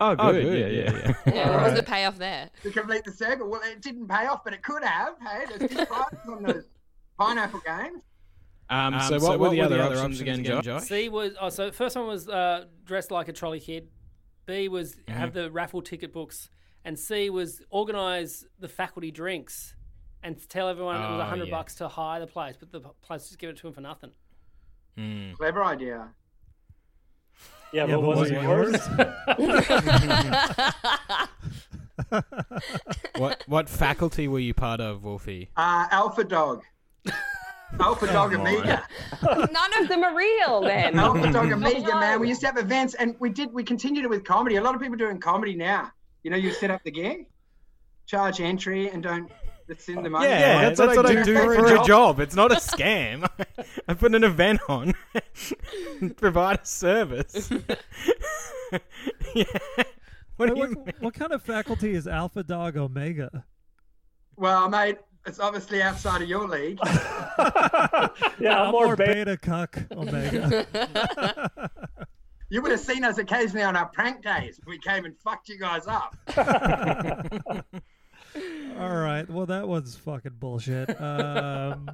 Speaker 6: Oh, good.
Speaker 8: good.
Speaker 6: Yeah, yeah, yeah.
Speaker 4: Yeah, what was the payoff there?
Speaker 5: to complete the circle. Well, it didn't pay off, but it could have. Hey, there's
Speaker 6: <laughs>
Speaker 5: good prizes on those pineapple games.
Speaker 6: Um, so, what, were the other, options again, Josh?
Speaker 3: C was oh, so first one was uh, dressed like a trolley kid. B was
Speaker 7: Mm-hmm.
Speaker 3: have the raffle ticket books, and C was organise the faculty drinks and tell everyone it was
Speaker 6: Oh,
Speaker 3: a hundred
Speaker 6: yeah.
Speaker 3: bucks to hire the place, but the place just give it to him for nothing.
Speaker 6: Mm.
Speaker 5: Clever idea.
Speaker 8: Yeah,
Speaker 7: Yeah,
Speaker 8: but
Speaker 7: but
Speaker 8: was
Speaker 7: was
Speaker 8: it
Speaker 7: it
Speaker 8: <laughs> yours?
Speaker 6: What what faculty were you part of, Wolfie?
Speaker 5: Uh, Alpha
Speaker 6: <laughs>
Speaker 5: Dog. Alpha Dog
Speaker 6: Come on.
Speaker 5: Amiga.
Speaker 9: None of them are real
Speaker 7: <laughs>
Speaker 9: then.
Speaker 6: <laughs>
Speaker 5: Alpha Dog
Speaker 9: Oh,
Speaker 5: Amiga,
Speaker 9: no.
Speaker 5: man. We used to have events, and we did. We continued it with comedy. A lot of people doing comedy now. You know, you set up the gig, charge entry, and don't send the money.
Speaker 6: that's, what, I, do, for a job. It's not a scam. <laughs> I put an event on, <laughs> provide a service. <laughs> yeah. What do
Speaker 7: Wait,
Speaker 6: you
Speaker 7: what, what kind of faculty is Alpha Dog Omega?
Speaker 5: Well, mate, it's obviously outside of your league.
Speaker 8: yeah, I'm
Speaker 7: I'm
Speaker 8: more
Speaker 7: more
Speaker 8: beta.
Speaker 7: beta cuck Omega.
Speaker 5: You would have seen us occasionally on our prank days. We came and fucked you guys up.
Speaker 7: All right. Well, that one's fucking bullshit. Um,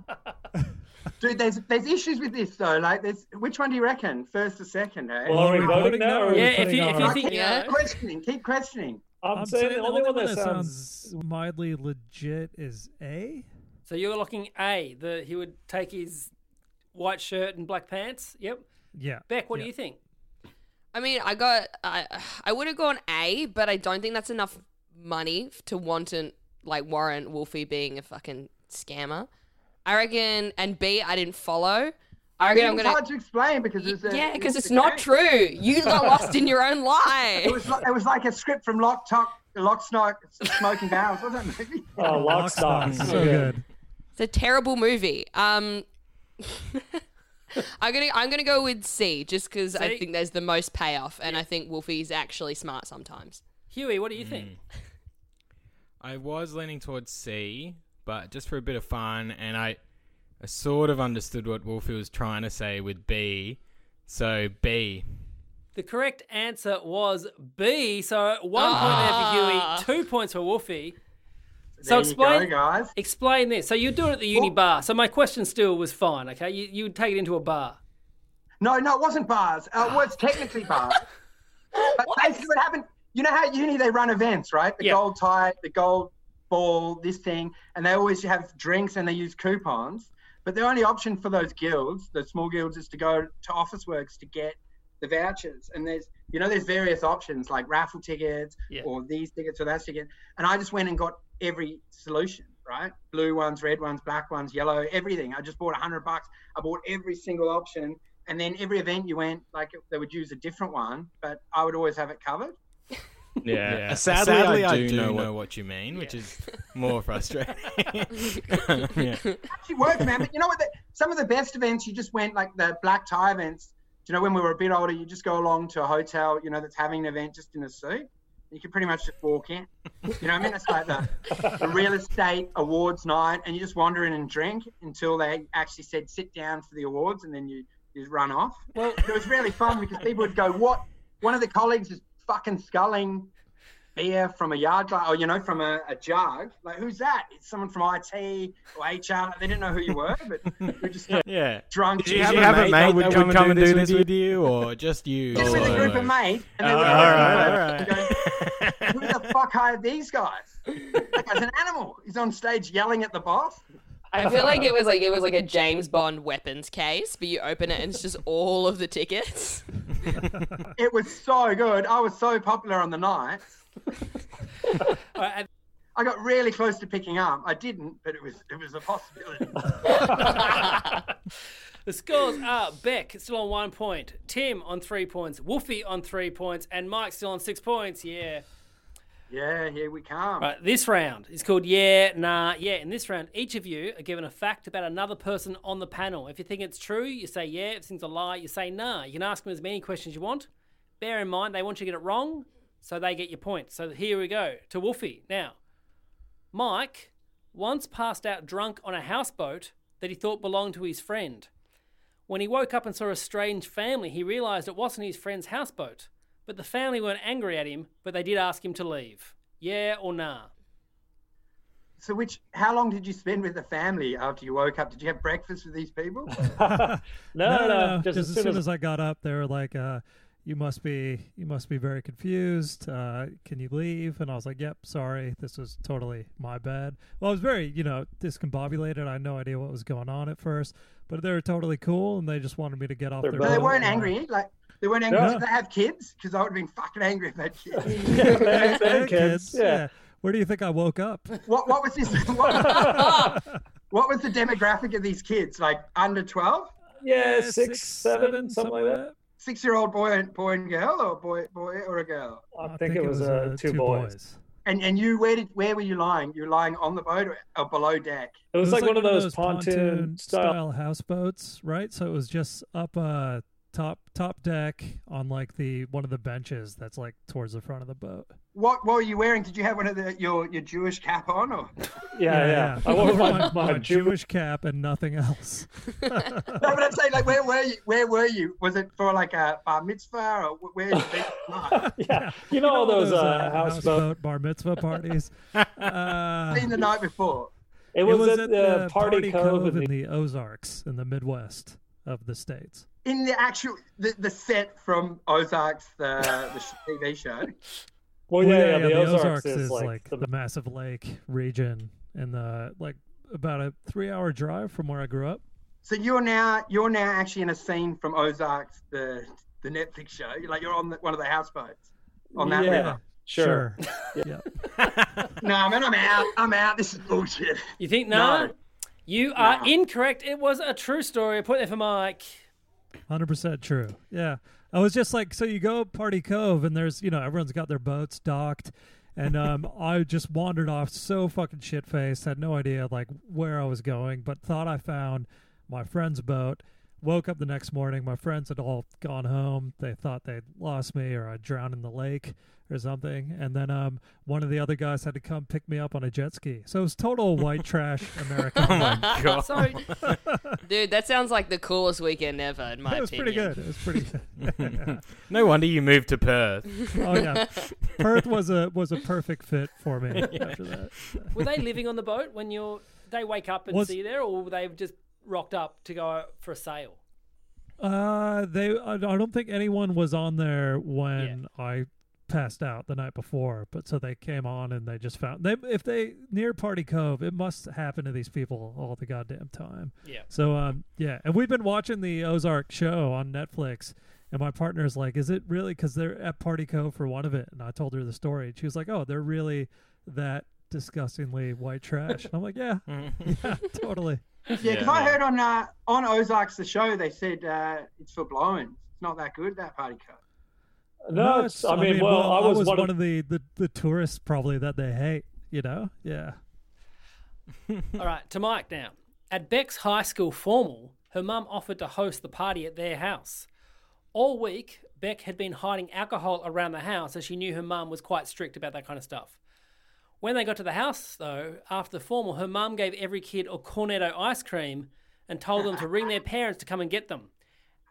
Speaker 5: Dude, there's there's issues with this though. Like, there's which one do you reckon? First or second? Eh?
Speaker 8: Well, are we
Speaker 7: We're
Speaker 8: voting
Speaker 7: voting
Speaker 8: now? Or are
Speaker 7: now?
Speaker 8: we
Speaker 3: Yeah, if
Speaker 8: putting
Speaker 3: you-
Speaker 8: our-
Speaker 3: if you think-
Speaker 5: keep
Speaker 4: Yeah.
Speaker 5: questioning. Keep questioning.
Speaker 8: I'm,
Speaker 7: I'm
Speaker 8: saying the only one that sounds.
Speaker 7: sounds mildly legit is A.
Speaker 3: So you're looking A. The he would take his white shirt and black pants. Yep.
Speaker 7: Yeah.
Speaker 3: Beck, what
Speaker 7: yeah.
Speaker 3: do you think?
Speaker 4: I mean, I got. I I would have gone A, but I don't think that's enough money to want an like warrant Wolfie being a fucking scammer. I reckon, and B, I didn't follow. I reckon I'm
Speaker 5: it's
Speaker 4: gonna.
Speaker 5: hard to explain because it's a,
Speaker 4: Yeah, because it's
Speaker 5: a
Speaker 4: not
Speaker 5: game.
Speaker 4: true. You got lost in your own lie.
Speaker 5: It was like, it was like a script from Lock Tuck, Lock Snock, Smoking Barrels. Was <laughs> that movie?
Speaker 8: Oh, lock stock.
Speaker 7: Lockstock, So good.
Speaker 4: It's a terrible movie. Um, I'm gonna I'm gonna go with C just because I
Speaker 3: C?
Speaker 4: think there's the most payoff, and I think Wolfie's actually smart sometimes.
Speaker 3: Huey, what do
Speaker 7: Hmm.
Speaker 3: you think?
Speaker 6: I was leaning towards C, but just for a bit of fun, and I, I sort of understood what Wolfie was trying to say with B. So B.
Speaker 3: The correct answer was B. So one
Speaker 4: Ah.
Speaker 3: point there for Huey, two points for Wolfie. So
Speaker 5: There
Speaker 3: explain,
Speaker 5: you go, guys. Oh.
Speaker 3: explain this. So you do it at the uni bar. So my question still was fine. Okay, you you would take it into
Speaker 4: <laughs>
Speaker 3: a bar.
Speaker 5: No, no, it wasn't bars. Uh, it was
Speaker 3: <laughs>
Speaker 5: technically bars. But basically, what happened? You know how at uni they run events, right? The
Speaker 3: Yeah.
Speaker 5: gold tie, the gold ball, this thing, and they always have drinks and they use coupons. But the only option for those guilds, those small guilds, is to go to Office Works to get the vouchers. And there's, you know, there's various options like raffle tickets
Speaker 3: Yeah.
Speaker 5: or these tickets or that ticket. And I just went and got every solution, right? Blue ones, red ones, black ones, yellow, everything. I just bought 100 bucks. I bought every single option. And then every event you went, like they would use a different one, but I would always have it covered.
Speaker 6: Yeah. Uh, Sadly, I, do know, what, you mean, which is more frustrating. <laughs> yeah.
Speaker 5: actually worked, man. But you know what? The, some of the best events, you just went like the black tie events. You know, when we were a bit older, you just go along to a hotel, you know, that's having an event just in a suit. and You could pretty much just walk in. You know what I mean? It's like the, the real estate awards night, and you just wander in and drink until they actually said sit down for the awards, and then you, you run off. Well, it was really fun because people would go, What? One of the colleagues is fucking sculling beer from a yard glass, or you know, from a, a jug. Like, who's that? It's someone from IT or HR. They didn't know who you were,
Speaker 6: <laughs>
Speaker 5: but we're just
Speaker 6: Yeah.
Speaker 5: drunk.
Speaker 6: Did you have a mate that would come, and do this with you, or just you?
Speaker 5: Just with a group of
Speaker 6: alone?
Speaker 5: mates, and then
Speaker 6: Oh,
Speaker 5: we
Speaker 6: all
Speaker 5: were
Speaker 6: right,
Speaker 5: going, who the fuck hired these guys? That guy's an animal. He's on stage yelling at the boss.
Speaker 4: I feel like it was like it was like a James Bond weapons case, but you open it and it's just all of the tickets.
Speaker 5: It was so good. I was so popular on the night.
Speaker 3: All right, and
Speaker 5: I got really close to picking up. I didn't, but it was it was a possibility.
Speaker 3: the scores are Beck still on one point, Tim on three points, Wolfie on three points, and Mike still on six points. Yeah.
Speaker 5: Yeah, here we come.
Speaker 3: Right, this round is called Yeah, Nah, Yeah. In this round, each of you are given a fact about another person on the panel. If you think it's true, you say yeah. If you think it's a lie, you say nah. You can ask them as many questions you want. Bear in mind, they want you to get it wrong, so they get your points. So here we go to Wolfie now. Mike once passed out drunk on a houseboat that he thought belonged to his friend. When he woke up and saw a strange family, he realized it wasn't his friend's houseboat. But the family weren't angry at him, but they did ask him to leave. Yeah or nah?
Speaker 5: So, which? How long did you spend with the family after you woke up? Did you have breakfast with these people?
Speaker 8: <laughs> No, no, no,
Speaker 7: Just as soon as, I got up, they were like, uh, "You must be, you must be very confused. Uh, can you leave?" And I was like, "Yep, sorry, this was totally my bad." Well, I was very, you know, discombobulated. I had no idea what was going on at first, but they were totally cool, and they just wanted me to get off
Speaker 8: They're
Speaker 7: their.
Speaker 5: But they
Speaker 7: boat.
Speaker 5: weren't
Speaker 7: Uh,
Speaker 5: angry. Like they weren't angry.
Speaker 7: No.
Speaker 5: Did they have kids? Because I would have been fucking angry if they had kids.
Speaker 8: They're-
Speaker 7: Hey,
Speaker 8: they're kids, yeah.
Speaker 7: Where do you think I woke up?
Speaker 5: What what was this? <laughs> What, what was the demographic of these kids? Like under twelve?
Speaker 8: Yeah, six, six, seven, seven, something like that.
Speaker 5: Six-year-old boy and boy and girl, or boy boy or a girl?
Speaker 8: I, think, it was, uh, two, boys.
Speaker 5: And and you where did where were you lying? You were lying on the boat or, or below deck?
Speaker 8: It was, like, one of those, pontoon, style.
Speaker 7: houseboats, right? So it was just up uh top top deck on like the one of the benches that's like towards the front of the boat.
Speaker 5: What what were you wearing? Did you have one of the your your Jewish cap on?
Speaker 8: <laughs>
Speaker 5: Or
Speaker 8: Yeah, yeah. I wore my, my,
Speaker 7: My
Speaker 8: Jew-
Speaker 7: Jewish cap and nothing else.
Speaker 5: no, but I'm saying like where were you? Where were you? Was it for like a bar mitzvah or wh- where? Did you
Speaker 8: <laughs>
Speaker 5: lie?
Speaker 8: yeah. You know all those, uh, houseboat.
Speaker 7: houseboat bar mitzvah parties. uh,
Speaker 5: Seen the night before.
Speaker 8: It was, at, the Party, Cove, in the-
Speaker 7: in the Ozarks in the Midwest of the states.
Speaker 5: In the actual the, the set from Ozarks the, the sh- TV show.
Speaker 8: Well, Oh, yeah,
Speaker 7: Well,
Speaker 8: yeah, the, Ozarks, is, like,
Speaker 7: the, massive lake region in the like about a three hour drive from where I grew up.
Speaker 5: So you're now you're now actually in a scene from Ozarks the the Netflix show. You're like you're on the, one of the houseboats on that
Speaker 8: yeah,
Speaker 5: river.
Speaker 8: sure.
Speaker 7: yeah.
Speaker 5: No man, I'm out. I'm out. This is bullshit.
Speaker 3: You think nah?
Speaker 5: No.
Speaker 3: You are incorrect. It was a true story. Put there for Mike.
Speaker 7: Hundred percent true. Yeah, I was just like, so you go up Party Cove, and there's you know everyone's got their boats docked, and um, I just wandered off so fucking shit faced, had no idea like where I was going, but thought I found my friend's boat. Woke up the next morning, my friends had all gone home. They thought they'd lost me or I drowned in the lake or something. And then um, one of the other guys had to come pick me up on a jet ski. So it was
Speaker 4: <laughs>
Speaker 7: total white trash America.
Speaker 6: Oh my god.
Speaker 4: So,
Speaker 7: <laughs>
Speaker 4: dude, that sounds like the coolest weekend ever, in my
Speaker 7: it was
Speaker 4: opinion.
Speaker 7: pretty good. It was
Speaker 4: <laughs>
Speaker 7: pretty good.
Speaker 6: no wonder you moved to Perth.
Speaker 7: Oh yeah, Perth was a was a perfect fit for me after that.
Speaker 3: Were they living on the boat when you're? They wake up and
Speaker 7: Was-
Speaker 3: see you there, or were they just rocked up to go for a sail?
Speaker 7: Uh, they I I don't think anyone was on there when I passed out the night before, but so they came on and they just found they if they near Party Cove, it must happen to these people all the goddamn time.
Speaker 3: Yeah.
Speaker 7: So um yeah, and we've been watching the Ozark show on Netflix. And my partner's like, "Is it really?" Because they're at Party Cove for one of it, and I told her the story. And she was like, "Oh, they're really that disgustingly white trash." And I'm like, "Yeah, yeah, totally."
Speaker 5: Yeah, because I heard on uh, on Ozarks the show they said uh, it's for blowing. It's not that good that party <laughs> cut.
Speaker 8: No, it's, I, mean, well, I was,
Speaker 7: one, of, the, the the tourists probably that they hate. You know, yeah.
Speaker 3: <laughs> All right, to Mike now. At Beck's high school formal, her mum offered to host the party at their house. All week, Beck had been hiding alcohol around the house as she knew her mum was quite strict about that kind of stuff. When they got to the house, though, after the formal, her mum gave every kid a cornetto ice cream and told them to ring their parents to come and get them.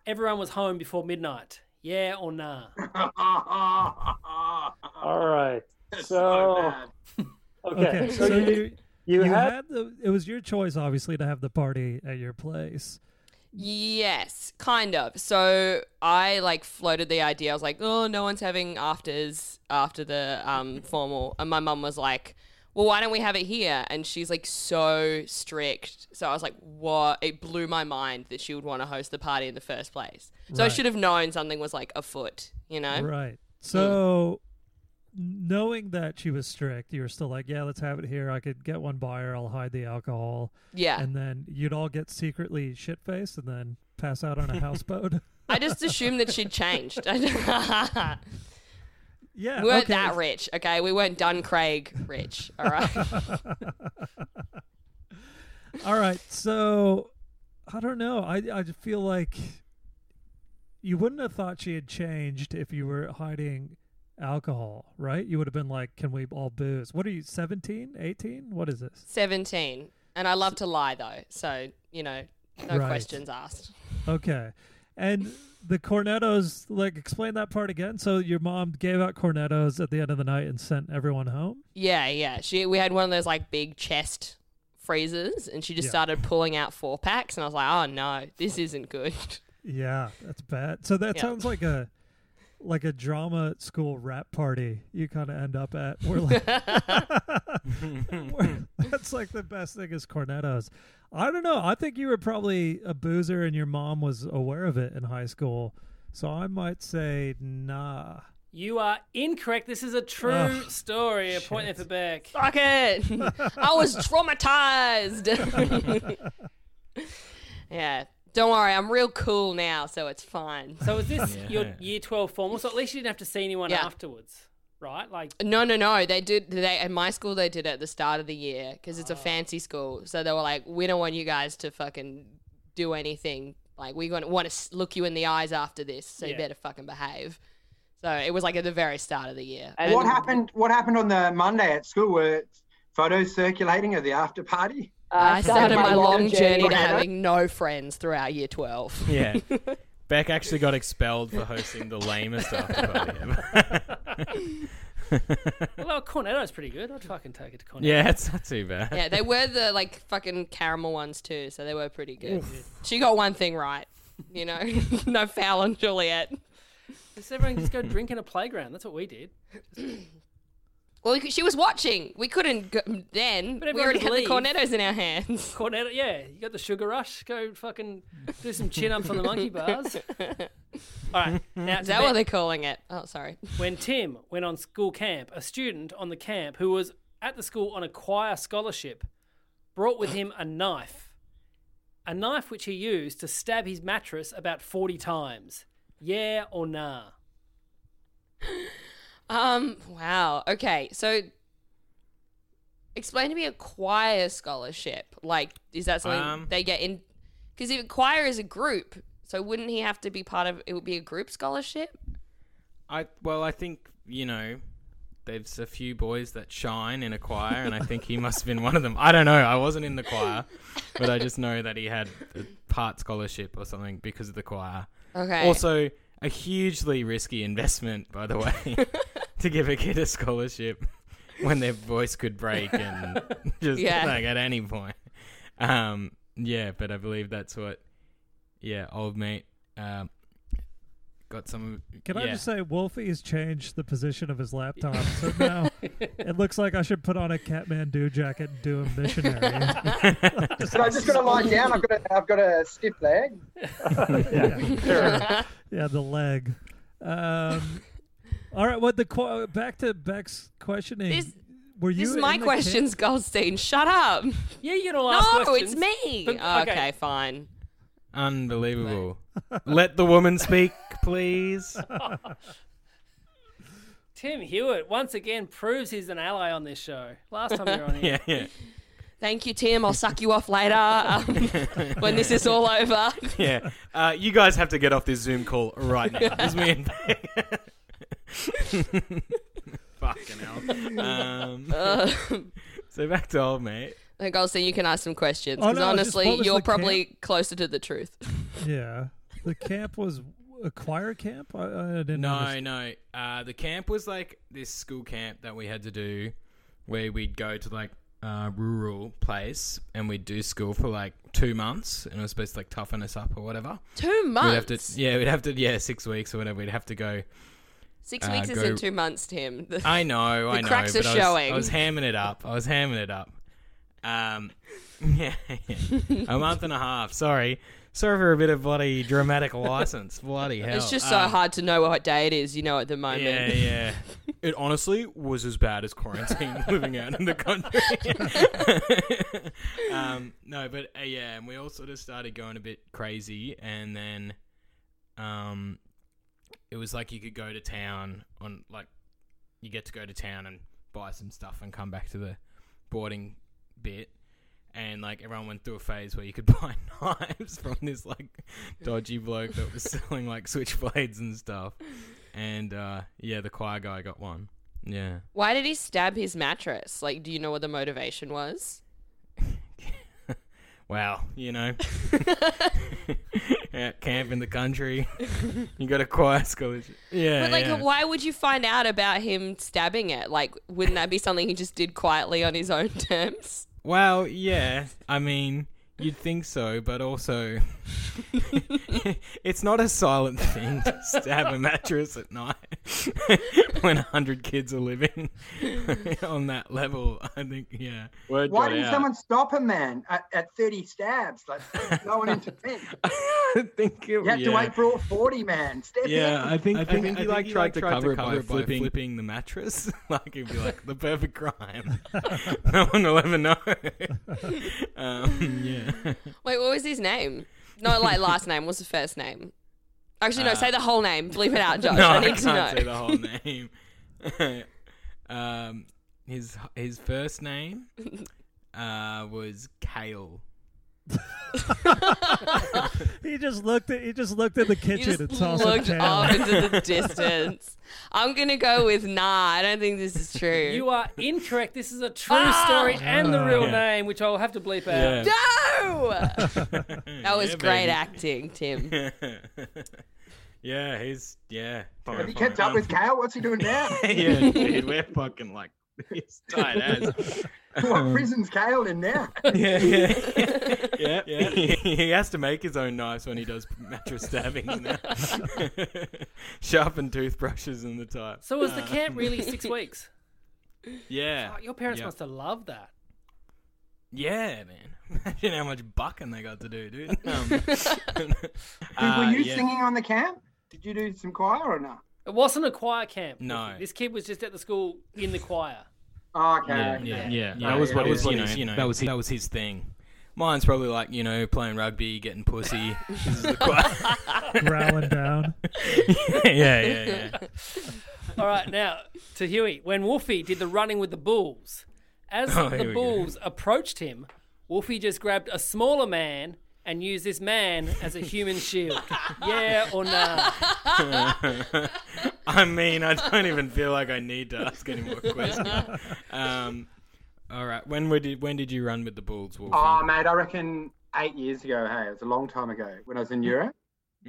Speaker 3: Everyone was home before midnight. Yeah or nah?
Speaker 5: Oh,
Speaker 8: All right.
Speaker 5: That's so
Speaker 8: So,
Speaker 5: bad.
Speaker 8: okay. So, you, you,
Speaker 7: you
Speaker 8: had,
Speaker 7: had the it was your choice, obviously, to have the party at your place.
Speaker 4: Yes, kind of. So I like floated the idea. I was like, "Oh, no one's having afters after the um, formal," and my mum was like, "Well, why don't we have it here?" And she's like so strict. So I was like, "What?" It blew my mind that she would want to host the party in the first place. So I
Speaker 7: Right.
Speaker 4: should have known something was like afoot, you know?
Speaker 7: Right. So, knowing that she was strict, you were still like, "Yeah, let's have it here. I could get one buyer. I'll hide the alcohol."
Speaker 4: Yeah.
Speaker 7: And then you'd all get secretly shit faced and then pass out on a houseboat.
Speaker 4: <laughs> I just assumed that she'd changed. <laughs> I d-
Speaker 7: yeah.
Speaker 4: we weren't
Speaker 7: okay.
Speaker 4: that rich, okay? We weren't done, Craig. Rich, all right.
Speaker 7: All right, so I don't know. I I just feel like you wouldn't have thought she had changed if you were hiding alcohol, right? You would have been like, can we all booze? What are you, 17, 18? What is this?
Speaker 4: 17. And I love to lie, though. So, you know, no
Speaker 7: Right.
Speaker 4: questions asked.
Speaker 7: Okay. And the cornettos, like, explain that part again. So your mom gave out cornettos at the end of the night and sent everyone home?
Speaker 4: Yeah, yeah. She we had one of those like big chest freezers and she just
Speaker 7: Yeah.
Speaker 4: started pulling out four packs and I was like, "Oh no, this isn't good." <laughs>
Speaker 7: Yeah, that's bad. So that
Speaker 4: Yeah.
Speaker 7: sounds like a like a drama school rap party you kind of end up at. We're like, where- that's like the best thing is cornettos. I don't know. I think you were probably a boozer and your mom was aware of it in high school. So I might say, nah.
Speaker 3: You are incorrect. This is a true
Speaker 7: Ugh,
Speaker 3: story. A point there for Beck.
Speaker 4: Fuck it. I was traumatized. yeah. Don't worry, I'm real cool now, so it's fine.
Speaker 3: So is this your year 12 formal? So at least you didn't have to see anyone afterwards, right? Like,
Speaker 4: No, no, no. They did. They at my school they did it at the start of the year because it's a fancy school. So they were like, "We don't want you guys to fucking do anything. Like, we gonna want to look you in the eyes after this. So you
Speaker 5: Yeah.
Speaker 4: better fucking behave." So it was like at the very start of the year. And-
Speaker 5: what happened? What happened on the Monday at school? Were photos circulating of the after <laughs> party?
Speaker 4: Uh, I started my long journey to having no friends throughout year twelve.
Speaker 6: <laughs> Yeah. Beck actually got expelled for hosting the lamest after party ever.
Speaker 3: although Cornetto's pretty good. I'd fucking take it to Cornetto.
Speaker 6: <laughs> yeah, it's not too bad.
Speaker 4: yeah, they were the like fucking caramel ones too, so they were pretty good. She got one thing right, you know, <laughs> no foul on Juliet.
Speaker 3: Just everyone just go drink in a playground. That's what we did.
Speaker 4: <clears throat> Well, she was watching. We couldn't go, then.
Speaker 3: But
Speaker 4: we
Speaker 3: everyone
Speaker 4: already
Speaker 3: would
Speaker 4: had
Speaker 3: leave.
Speaker 4: the cornetos in our hands.
Speaker 3: <laughs> Cornetto, yeah. You got the sugar rush. Go fucking do some chin ups on the
Speaker 4: <laughs>
Speaker 3: monkey bars. All right. Now,
Speaker 4: Is
Speaker 3: to
Speaker 4: that what
Speaker 3: Beck.
Speaker 4: they're calling it? Oh, sorry. <laughs>
Speaker 3: when Tim went on school camp, a student on the camp who was at the school on a choir scholarship brought with him a knife. A knife which he used to stab his mattress about 40 times. Yeah or nah?
Speaker 4: Um. Wow. Okay. So, explain to me a choir scholarship. Like, is that something
Speaker 6: Um,
Speaker 4: they get in? Because if choir is a group, so wouldn't he have to be part of? It would be a group scholarship.
Speaker 6: I well, I think you know, there's a few boys that shine in a choir, and I think he must have been one of them. I don't know. I wasn't in the choir, but I just know that he had a part scholarship or something because of the choir.
Speaker 4: Okay.
Speaker 6: Also, a hugely risky investment, by the way, <laughs> to give a kid a scholarship when their voice could
Speaker 4: <laughs>
Speaker 6: break and just
Speaker 4: Yeah.
Speaker 6: <laughs> like at any point. Um, yeah, but I believe that's what. Yeah, old mate. Um, got some.
Speaker 7: Can I
Speaker 6: yeah.
Speaker 7: just say, Wolfie's changed the position of his laptop. So
Speaker 3: <laughs>
Speaker 7: now it looks like I should put on a Catmandu jacket and do a missionary.
Speaker 3: <laughs>
Speaker 5: So I just got to lie down. I've got a, I've got a stiff leg.
Speaker 7: yeah. yeah, the leg. Um, all right. What the qu- back to Beck's questioning?
Speaker 4: This-
Speaker 7: Were you?
Speaker 4: This is my
Speaker 7: in the
Speaker 4: questions,
Speaker 7: camp-
Speaker 4: Goldstein. Shut up.
Speaker 3: Yeah, you know.
Speaker 4: No,
Speaker 3: ask
Speaker 4: it's
Speaker 3: questions.
Speaker 4: me. Oh,
Speaker 3: But-
Speaker 4: okay.
Speaker 3: okay.
Speaker 4: fine.
Speaker 6: Unbelievable. Let the woman speak,
Speaker 4: <laughs>
Speaker 6: please.
Speaker 3: Tim Hewitt once again proves he's an ally on this show. Last time you
Speaker 7: <laughs>
Speaker 3: were on here.
Speaker 6: yeah, yeah.
Speaker 4: Thank you, Tim. I'll suck you off later
Speaker 6: <laughs>
Speaker 4: um, when this is all over.
Speaker 6: Yeah. Uh, you guys have to get off this Zoom call right now. This is me and
Speaker 4: <laughs>
Speaker 6: <laughs> Fucking
Speaker 4: <laughs>
Speaker 6: hell. Um,
Speaker 4: Uh.
Speaker 6: <laughs> so back to old mate.
Speaker 4: Hey, Goldstein, you can ask some questions.
Speaker 7: Oh,
Speaker 4: Because
Speaker 7: no, just
Speaker 4: honestly,
Speaker 7: what was
Speaker 4: you're
Speaker 7: the camp-
Speaker 4: probably closer to the truth.
Speaker 7: Yeah, the camp was a choir camp. I, I didn't.
Speaker 6: No,
Speaker 7: understand.
Speaker 6: no. Uh, the camp was like this school camp that we had to do where we'd go to like a rural place and we'd do school for like two months and it was supposed to like toughen us up or whatever.
Speaker 4: Two
Speaker 6: We'd have
Speaker 4: months.
Speaker 6: to, yeah, we'd have to, yeah, six weeks or whatever. We'd have to go.
Speaker 4: Six
Speaker 6: uh,
Speaker 4: weeks is
Speaker 6: go-
Speaker 4: in two months, Tim. <laughs> The-
Speaker 6: I know,
Speaker 4: the
Speaker 6: I know.
Speaker 4: cracks
Speaker 6: but
Speaker 4: are
Speaker 6: I was,
Speaker 4: showing.
Speaker 6: I was hamming it up. I was hamming it up. Um, <laughs> yeah, yeah. a month and a half. Sorry, sorry for a bit of bloody dramatic license. bloody hell.
Speaker 4: it's just so
Speaker 6: Um,
Speaker 4: hard to know what day it is, you know, at the moment.
Speaker 6: Yeah, yeah. It honestly was as bad as quarantine <laughs> living out in the country. <laughs> um, no, but uh, yeah, and we all sort of started going a bit crazy, and then um, it was like you could go to town on like you get to go to town and buy some stuff and come back to the boarding bit. And like everyone went through a phase where you could <laughs> buy knives from this like dodgy bloke that was selling like switchblades and stuff. and uh, yeah, the choir guy got one. Yeah.
Speaker 4: Why did he stab his mattress? Like, do you know what the motivation was?
Speaker 6: Well,
Speaker 4: <laughs>
Speaker 6: you know, at camp in the country, you got a choir scholarship. Yeah.
Speaker 4: but like,
Speaker 6: yeah.
Speaker 4: why would you find out about him stabbing it? Like, wouldn't that be something he just did quietly on his own terms?
Speaker 6: Well, yeah. I mean, you'd think so, but also, <laughs> it's not a silent thing to stab a mattress at night <laughs> when a hundred kids are living <laughs> on that level. I think, yeah. Word
Speaker 5: Why
Speaker 6: got
Speaker 5: didn't
Speaker 6: out.
Speaker 5: someone stop a man at, at 30 stabs?
Speaker 6: <laughs>
Speaker 5: Like, no one intervened.
Speaker 6: I <laughs> think it,
Speaker 5: You have to
Speaker 6: yeah.
Speaker 5: wait for all 40, man. Step
Speaker 6: Yeah,
Speaker 5: in.
Speaker 6: I think I think, he like tried, to, cover it by flipping, the mattress. <laughs> like it'd be like the perfect <laughs> crime. no one will ever know.
Speaker 4: <laughs>
Speaker 6: um, yeah.
Speaker 4: Wait, what was his name? Not like last name. What's the first name? Actually, no.
Speaker 6: Uh,
Speaker 4: say the whole name. Bleep it out,
Speaker 6: <laughs>
Speaker 4: Josh.
Speaker 6: no,
Speaker 4: I need
Speaker 6: can't
Speaker 4: to know.
Speaker 6: say the whole name. <laughs> um, his his
Speaker 4: <laughs>
Speaker 6: first name uh, was Kale.
Speaker 7: He just looked at he just looked at the kitchen
Speaker 4: You
Speaker 7: and
Speaker 4: just
Speaker 7: saw some
Speaker 4: looked
Speaker 7: kale.
Speaker 4: off into the distance. I'm gonna go with nah. I don't think this is true.
Speaker 3: You are incorrect. This is a true
Speaker 4: Ah!
Speaker 3: story and the real
Speaker 6: Yeah.
Speaker 3: name, which I'll have to bleep out.
Speaker 4: no. That was
Speaker 6: Yeah,
Speaker 4: great
Speaker 6: baby.
Speaker 4: acting, Tim.
Speaker 6: <laughs> yeah, he's yeah.
Speaker 5: Have you
Speaker 6: terrifying.
Speaker 5: kept up
Speaker 6: Um,
Speaker 5: with Kale? What's he doing now?
Speaker 6: <laughs>
Speaker 5: <laughs>
Speaker 6: yeah,
Speaker 4: <laughs>
Speaker 6: dude, we're fucking like <laughs> it's tight as.
Speaker 5: what prison's Kale in now?
Speaker 6: Yeah, yeah, yeah, yeah. <laughs> he has to make his own knives when he does mattress stabbing. You know? <laughs> Sharpen toothbrushes and the type.
Speaker 3: So was the
Speaker 6: Uh,
Speaker 3: camp really
Speaker 6: <laughs>
Speaker 3: six weeks?
Speaker 6: Yeah.
Speaker 3: Oh, your parents
Speaker 6: yeah.
Speaker 3: must have loved that.
Speaker 6: Yeah, man. Imagine how much bucking they got to
Speaker 3: <laughs>
Speaker 6: do, dude. Um,
Speaker 5: Were
Speaker 6: <laughs> uh,
Speaker 5: you
Speaker 6: yeah.
Speaker 5: singing on the camp? Did you do some choir or not?
Speaker 3: It wasn't a choir camp.
Speaker 6: No.
Speaker 3: Nicky. This kid was just at the school in the choir.
Speaker 5: Oh, okay.
Speaker 6: Yeah,
Speaker 5: okay.
Speaker 6: yeah,
Speaker 8: yeah.
Speaker 6: That was what
Speaker 8: That
Speaker 6: his-
Speaker 8: was what
Speaker 6: you know,
Speaker 8: his-
Speaker 6: you know, that was his, that was his thing. Mine's probably like you know playing rugby, getting pussy. this is
Speaker 3: <laughs>
Speaker 6: the choir.
Speaker 7: growling down.
Speaker 6: <laughs> yeah, yeah, yeah.
Speaker 3: All right, now to Huey. When Wolfie did the running with the bulls, as
Speaker 6: <laughs> Oh, here
Speaker 3: the
Speaker 6: we go.
Speaker 3: bulls approached him, Wolfie just grabbed a smaller man and used this man as a human shield.
Speaker 6: <laughs>
Speaker 3: yeah or nah?
Speaker 6: I mean, I don't even feel like I need to ask any more questions. Um, all right, when were did when did you run with the bulls, Wolf?
Speaker 5: Oh, mate, I reckon eight years ago. Hey, it was a long time ago when I was in Europe.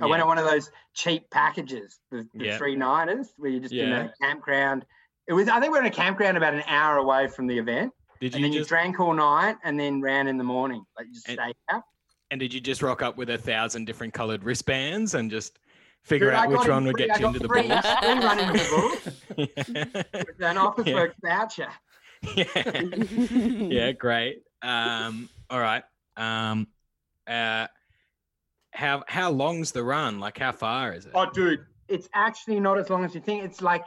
Speaker 5: I went
Speaker 6: Mm, Yeah.
Speaker 5: on one of those cheap packages, the, the
Speaker 6: Yeah.
Speaker 5: three niners, where you're just in
Speaker 6: Yeah.
Speaker 5: a campground. It was, I think we were in a campground about an hour away from the event.
Speaker 6: Did
Speaker 5: and
Speaker 6: you
Speaker 5: then
Speaker 6: just
Speaker 5: you drank all night and then ran in the morning. Like you just
Speaker 6: And-
Speaker 5: stayed out.
Speaker 6: and did you just rock up with a thousand different coloured wristbands and just figure
Speaker 5: Dude, I
Speaker 6: out which
Speaker 5: got in
Speaker 6: one would
Speaker 5: free-
Speaker 6: get
Speaker 5: I
Speaker 6: you
Speaker 5: got
Speaker 6: into the
Speaker 5: free- <laughs>
Speaker 6: bulls?
Speaker 5: I got free running
Speaker 6: <laughs>
Speaker 5: with the bulls. With An office
Speaker 6: Yeah.
Speaker 5: work voucher.
Speaker 6: yeah. <laughs> yeah, great. Um, all right. Um, uh, how how long's the run? Like, how far is it?
Speaker 5: Oh, dude, it's actually not as long as you think. It's like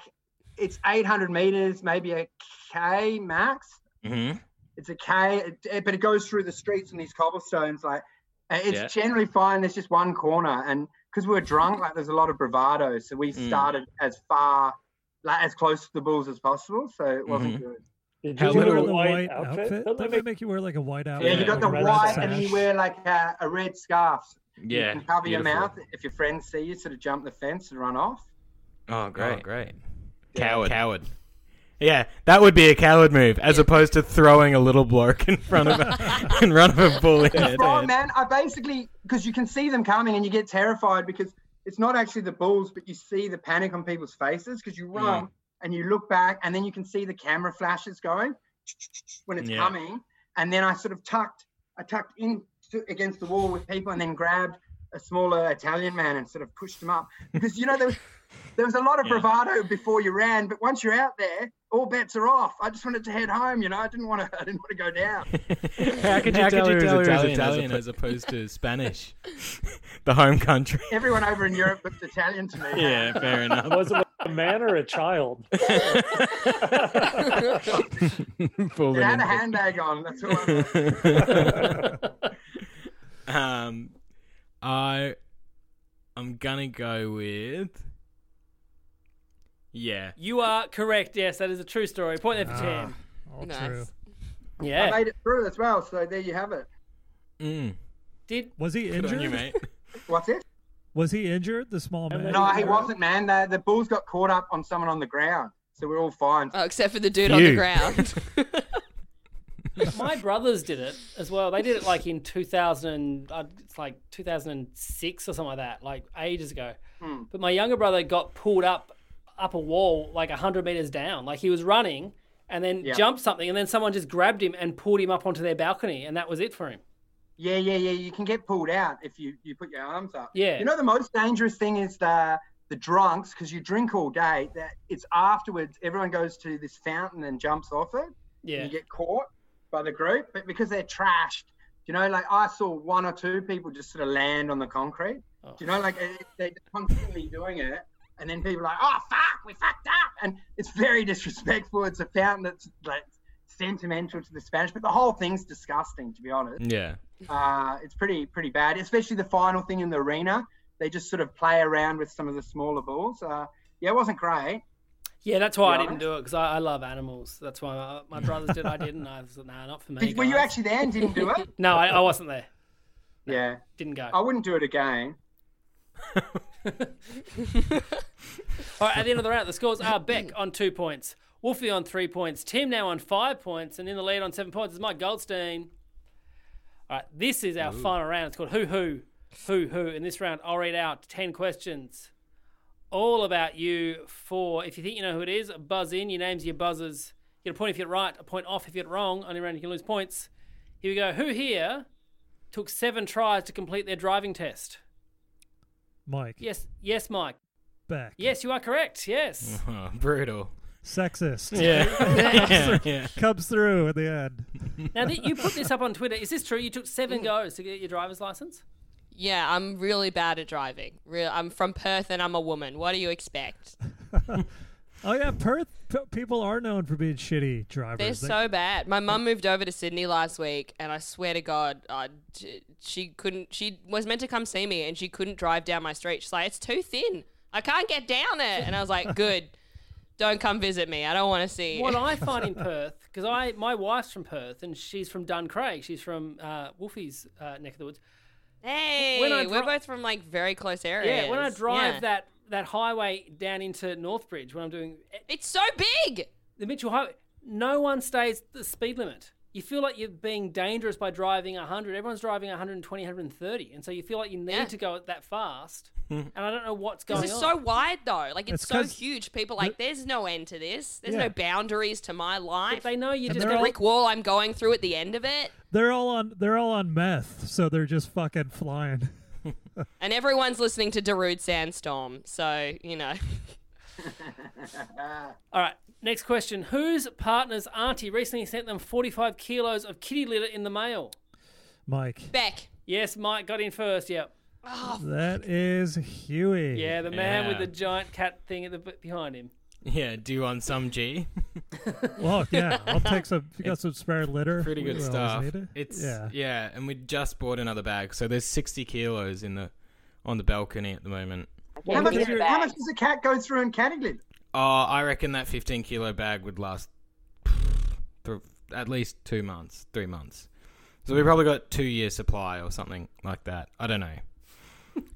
Speaker 5: it's 800 meters, maybe a k max.
Speaker 6: hmm
Speaker 5: It's a k, it- it- but it goes through the streets and these cobblestones. Like uh, it's
Speaker 6: Yeah.
Speaker 5: generally fine. There's just one corner, and because we were drunk, like there's a lot of bravado, so we
Speaker 6: Mm.
Speaker 5: started as far, like as close to the bulls as possible. So it wasn't
Speaker 6: Mhm.
Speaker 5: good.
Speaker 8: Did
Speaker 6: How
Speaker 8: you wear
Speaker 6: little-
Speaker 8: a
Speaker 7: Wear the
Speaker 8: white, outfit? Don't
Speaker 7: Don't
Speaker 8: they
Speaker 7: they
Speaker 8: make
Speaker 7: make you wear like a white outfit?
Speaker 5: Yeah, you
Speaker 6: Yeah,
Speaker 5: got
Speaker 7: or
Speaker 5: the
Speaker 7: a red
Speaker 5: white,
Speaker 7: sash?
Speaker 5: and then you wear like a, a red scarf. so
Speaker 6: Yeah.
Speaker 5: you can cover your
Speaker 6: beautiful.
Speaker 5: mouth if your friends see you. Sort of jump the fence and run off.
Speaker 6: Oh, great, great. Coward, coward. Yeah, that would be a coward move, as opposed to throwing a little bloke in front <laughs> of a in front of a bully.
Speaker 5: Bro, man, I basically because you can see them coming and you get terrified because it's not actually the bulls, but you see the panic on people's faces because
Speaker 6: Mm.
Speaker 5: you run and you look back and then you can see the camera flashes going when it's
Speaker 6: Yeah.
Speaker 5: coming. And then I sort of tucked, I tucked in to, against the wall with people and then grabbed a smaller Italian man and sort of pushed him
Speaker 6: <laughs>
Speaker 5: up because you know there was there was a lot of
Speaker 6: Yeah.
Speaker 5: bravado before you ran, but once you're out there, all bets are off. I just wanted to head home, you know. I didn't want to, <laughs> I didn't want to go down.
Speaker 6: How could you tell, her he was Italian, as, opposed <laughs> to Spanish, the home country?
Speaker 5: Everyone over in Europe looked Italian to me.
Speaker 6: <laughs> Yeah, fair enough.
Speaker 8: was it a man or a
Speaker 6: <laughs>
Speaker 8: child? <laughs>
Speaker 5: It
Speaker 6: Fooling
Speaker 5: had a
Speaker 6: into-
Speaker 5: handbag on. That's all. I know.
Speaker 6: <laughs> um, I, I'm gonna go with. Yeah,
Speaker 3: You are correct. Yes, that is a true story. Point there for Tim.
Speaker 7: All
Speaker 4: Nice.
Speaker 7: true.
Speaker 5: I
Speaker 3: <laughs> Yeah.
Speaker 5: made it through as well. So there you have it.
Speaker 6: mm.
Speaker 3: Did
Speaker 7: Was he
Speaker 6: good on you,
Speaker 7: injured?
Speaker 6: mate.
Speaker 5: What's it?
Speaker 7: Was he injured? The small man.
Speaker 5: No, he wasn't, man. The, the Bulls got caught up on someone on the ground, so we're all fine.
Speaker 4: Oh, except for the dude on the
Speaker 3: <laughs>
Speaker 4: ground.
Speaker 3: My brothers did it as well. They did it like in 2000, and, uh, it's like 2006 or something like that, like ages ago.
Speaker 5: Hmm.
Speaker 3: But my younger brother got pulled up up a wall like 100 meters down. Like he was running and then
Speaker 5: Yeah.
Speaker 3: jumped something, and then someone just grabbed him and pulled him up onto their balcony, and that was it for him.
Speaker 5: Yeah, yeah, yeah. You can get pulled out if you, you put your arms up.
Speaker 3: Yeah.
Speaker 5: You know the most dangerous thing is the the drunks because you drink all day. That it's afterwards everyone goes to this fountain and jumps off it.
Speaker 3: Yeah.
Speaker 5: You get caught by the group, but because they're trashed, you know, like I saw one or two people just sort of land on the concrete. Do you know, like it- it- they're just constantly doing it, and then people are like, "Oh fuck, we fucked up," and it's very disrespectful. It's a fountain that's like sentimental to the Spanish, but the whole thing's disgusting, to be honest.
Speaker 6: <laughs> Yeah.
Speaker 5: Uh, it's pretty pretty bad, especially the final thing in the arena. They just sort of play around with some of the smaller balls. Uh, yeah, it wasn't great.
Speaker 3: Yeah, that's why I
Speaker 5: Yeah.
Speaker 3: didn't do it because I, I love animals. That's why my, my brothers did. I didn't. I was like, nah, not for me.
Speaker 5: Did- were you
Speaker 3: guys."
Speaker 5: actually there and didn't do it?
Speaker 3: No, I, I wasn't there.
Speaker 5: yeah,
Speaker 3: Didn't go.
Speaker 5: I wouldn't do it again.
Speaker 3: All right, at the end of the round, the scores are Beck on two points, Wolfie on three points, Tim now on five points, and in the lead on seven points is Mike Goldstein. All right, this is our final round. It's called Who Who Who Who. In this round, I'll read out ten questions, all about you. For if you think you know who it is, buzz in. Your names, your buzzers. You get a point if you get it right, a point off if you get it wrong. Only round you can lose points. Here we go. Who here took seven tries to complete their driving test?
Speaker 7: Mike
Speaker 3: Yes, yes, Mike.
Speaker 7: Beck.
Speaker 6: <laughs>
Speaker 3: Yes, you are correct. Yes.
Speaker 6: Oh, brutal.
Speaker 7: Sexist.
Speaker 6: Yeah.
Speaker 7: Comes through-
Speaker 6: Yeah.
Speaker 7: Comes through at the end.
Speaker 3: Now that you put this up on Twitter, is this true? You took seven goes to get your driver's license?
Speaker 4: yeah, I'm really bad at driving. Real, I'm from Perth and I'm a woman. What do you expect?
Speaker 7: Oh yeah, Perth p- people are known for being shitty drivers.
Speaker 4: They're
Speaker 7: They-
Speaker 4: so bad. My mum moved over to Sydney last week, and I swear to God, I, she couldn't. She was meant to come see me, and she couldn't drive down my street. She's like, "It's too thin. I can't get down it." And I was
Speaker 7: <laughs>
Speaker 4: like, "Good, don't come visit me. I don't want to see." you."
Speaker 3: What I find in Perth, because I my wife's from Perth and she's from Duncraig, she's from uh, Wolfie's uh, neck of the woods.
Speaker 4: hey,
Speaker 3: when I
Speaker 4: we're
Speaker 3: dri-
Speaker 4: both from like very close areas.
Speaker 3: Yeah, when I drive
Speaker 4: Yeah.
Speaker 3: that that highway down into Northbridge, when I'm doing e-,
Speaker 4: it's so big.
Speaker 3: the Mitchell Highway, no one stays the speed limit. You feel like you're being dangerous by driving 100. Everyone's driving 120, 130, and so you feel like you need
Speaker 4: Yeah.
Speaker 3: to go at
Speaker 7: <laughs>
Speaker 3: that fast. and I don't know what's going
Speaker 4: Because
Speaker 3: on.
Speaker 4: it's so wide though, like it's,
Speaker 7: It's
Speaker 4: so
Speaker 7: 'cause
Speaker 4: huge. People are like, there's no end to this. There's
Speaker 7: Yeah.
Speaker 4: no boundaries to my life.
Speaker 3: But they know you're
Speaker 7: And
Speaker 3: just
Speaker 7: they're
Speaker 3: gonna
Speaker 7: all-
Speaker 4: brick wall I'm going through at the end of it.
Speaker 7: They're all on. They're all on meth, so they're just fucking flying.
Speaker 4: And everyone's listening to Darude Sandstorm, so you know.
Speaker 3: All right. Next question. Whose partner's auntie recently sent them 45 kilos of kitty litter in the mail?
Speaker 7: Mike,
Speaker 4: Beck.
Speaker 3: Yes, Mike got in first. Yep.
Speaker 7: that is Huey.
Speaker 3: Yeah, the man with
Speaker 6: Yeah.
Speaker 3: the giant cat thing at the b- behind him.
Speaker 6: <laughs> Yeah, do on some G.
Speaker 7: <laughs> Well, yeah, I'll take some. If you got some spare litter,
Speaker 6: Pretty
Speaker 7: we
Speaker 6: good
Speaker 7: always
Speaker 6: stuff.
Speaker 7: need it.
Speaker 6: It's
Speaker 7: yeah.
Speaker 6: yeah. and we just bought another bag, so there's 60 kilos in the on the balcony at the moment.
Speaker 5: how, much,
Speaker 7: because you're-
Speaker 5: how much does a cat go through in catty litter?
Speaker 6: Oh, I reckon that 15 kilo bag would last for at least two months, three months. So
Speaker 7: Hmm.
Speaker 6: we probably got two year supply or something like that. I don't know.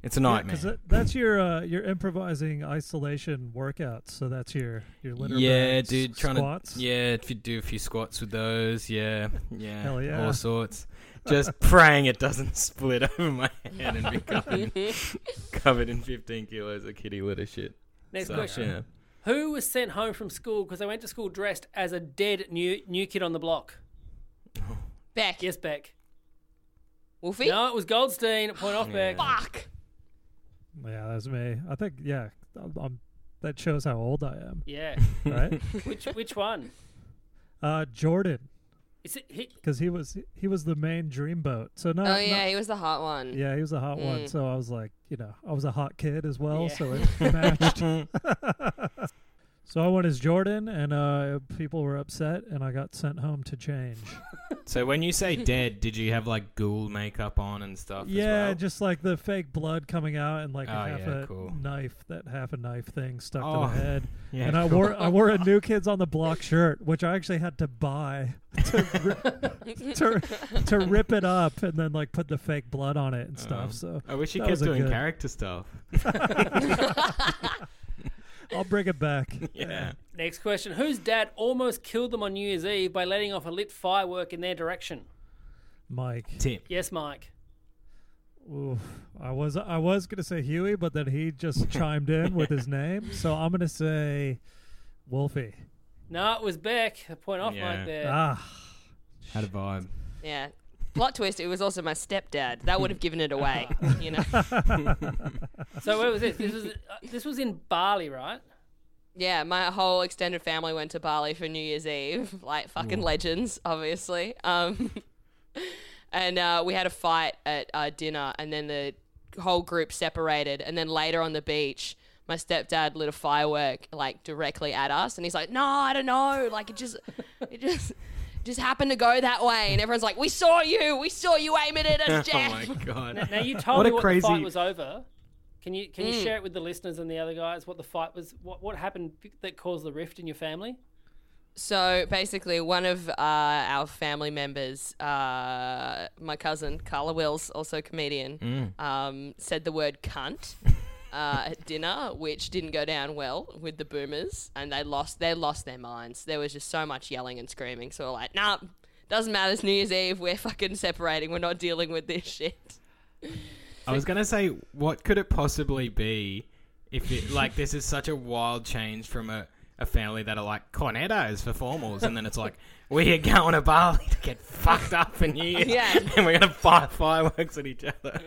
Speaker 6: It's
Speaker 7: <laughs>
Speaker 6: a nightmare.
Speaker 7: Because that's your uh, your improvising isolation workouts. So that's your your litter.
Speaker 6: yeah,
Speaker 7: bags,
Speaker 6: dude, trying
Speaker 7: squats.
Speaker 6: to yeah, if you do a few squats with those, yeah, yeah,
Speaker 7: Hell yeah. <laughs>
Speaker 6: all sorts. Just praying it doesn't <laughs> split over my head and be covered,
Speaker 3: <laughs>
Speaker 6: covered in 15 kilos of kitty litter shit.
Speaker 3: Next
Speaker 6: So,
Speaker 3: question. Who was sent home from school because they went to school dressed as a dead new new kid on the block?
Speaker 4: Beck.
Speaker 3: Yes, Beck.
Speaker 4: Wolfie?
Speaker 3: No, it was Goldstein. Point off, Beck.
Speaker 4: Fuck.
Speaker 7: Yeah, that's me. I think yeah, I'm, I'm, that shows how old I am,
Speaker 3: Yeah.
Speaker 7: right?
Speaker 3: which which one?
Speaker 7: uh, Jordan,
Speaker 3: Is it he,
Speaker 7: because he was he was the main dreamboat. So not
Speaker 4: oh yeah,
Speaker 7: not-
Speaker 4: he was the hot one.
Speaker 7: yeah, he was a hot one.
Speaker 4: Mm.
Speaker 7: So
Speaker 3: <laughs>
Speaker 7: I was like, you know, I was a hot kid as well.
Speaker 3: Yeah.
Speaker 7: So it matched. So I went as Jordan, and uh, people were upset, and I got sent home to change.
Speaker 6: So when you say dead, did you have like ghoul makeup on and stuff? as
Speaker 7: yeah,
Speaker 6: well?
Speaker 7: just like the fake blood coming out, and like
Speaker 6: Oh,
Speaker 7: a half
Speaker 6: yeah,
Speaker 7: a
Speaker 6: cool.
Speaker 7: knife, that half a knife thing stuck
Speaker 6: Oh,
Speaker 7: to the head.
Speaker 6: <laughs> yeah,
Speaker 7: and I
Speaker 6: cool.
Speaker 7: wore I wore a New Kids on the
Speaker 4: <laughs>
Speaker 7: Block shirt, which I actually had to buy to ri- to,
Speaker 6: <laughs>
Speaker 7: to rip it up, and then like put the fake blood on it and stuff. so
Speaker 6: Oh. I wish you
Speaker 7: that
Speaker 6: kept
Speaker 7: was a
Speaker 6: doing
Speaker 7: good-
Speaker 6: character stuff.
Speaker 7: <laughs> I'll bring it back.
Speaker 6: <laughs> Yeah.
Speaker 3: Next question. Whose dad almost killed them on New Year's Eve by letting off a lit firework in their direction?
Speaker 7: Mike.
Speaker 6: Tim.
Speaker 3: Yes, Mike.
Speaker 7: Oof. I was I was gonna say Huey, but then he just
Speaker 3: <laughs>
Speaker 7: chimed in with his name, so I'm gonna say Wolfie.
Speaker 3: No, it was Beck. A point off
Speaker 6: Yeah.
Speaker 3: Mike there.
Speaker 7: Ah,
Speaker 6: Had a vibe.
Speaker 4: Yeah. Plot twist, it was also my stepdad. That would have given it
Speaker 7: <laughs>
Speaker 4: away, you know?
Speaker 3: So where was this? This was uh, this was in Bali, right?
Speaker 4: Yeah, my whole extended family went to Bali for New Year's Eve, like fucking
Speaker 3: Ooh.
Speaker 4: legends, obviously. Um, and uh, we had a fight at uh, dinner, and then the whole group separated. And then later on the beach, my stepdad lit a firework like directly at us, and he's like, "No, I don't know. Like it just, it just." Just happened to go that way, and everyone's like, "We saw you! We saw you aim it
Speaker 6: <laughs>
Speaker 4: at us, Jeff!"
Speaker 6: Oh god!
Speaker 3: Now, now
Speaker 7: <laughs>
Speaker 3: you told
Speaker 6: What
Speaker 3: me
Speaker 6: a
Speaker 3: what the
Speaker 6: crazy-
Speaker 3: fight was over. Can you can you
Speaker 4: Mm.
Speaker 3: share it with the listeners and the other guys what the fight was? What what happened that caused the rift in your family?
Speaker 4: So basically, one of uh, our family members, uh, my cousin Carla Wills, also a comedian,
Speaker 10: Mm.
Speaker 4: um, said the word cunt uh, at dinner, <laughs> which didn't go down well with the boomers, and they lost they lost their minds. There was just so much yelling and screaming. So we're like, nah, doesn't matter. It's New Year's Eve. We're fucking separating. We're not dealing with this shit.
Speaker 6: I was gonna say, what could it possibly be if it like this is such a wild change from a, a family that are like cornetos for formals, and then it's like we are going to Bali to get fucked up for New
Speaker 4: <laughs>
Speaker 6: Year's,
Speaker 4: Yeah.
Speaker 6: <laughs> and we're gonna fire fireworks at each other.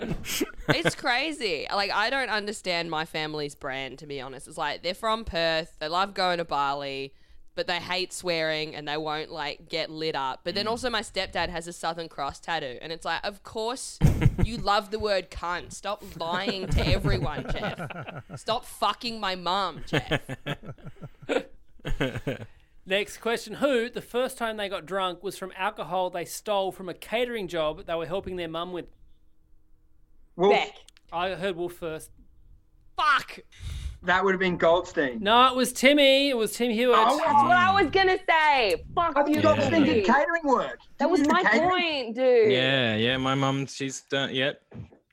Speaker 4: it's crazy. Like I don't understand my family's brand to be honest. It's like they're from Perth, they love going to Bali, but they hate swearing and they won't like get lit up. But then
Speaker 10: Mm.
Speaker 4: also my stepdad has a Southern Cross tattoo, and it's like, of course you love the word cunt. Stop lying to everyone, Jeff.
Speaker 6: <laughs>
Speaker 4: Stop fucking my mum, Jeff.
Speaker 3: Next question: Who the first time they got drunk was from alcohol they stole from a catering job they were helping their mum with?
Speaker 5: Wolf.
Speaker 3: I heard Wolf first.
Speaker 4: Fuck.
Speaker 5: That would have been Goldstein.
Speaker 3: No, it was Timmy. It was Tim Hewitt.
Speaker 5: Oh, that's what I
Speaker 9: was gonna say. Fuck
Speaker 5: you. Goldstein did catering work.
Speaker 9: That was my point, dude.
Speaker 6: Yeah, yeah. My mum, she's done yep,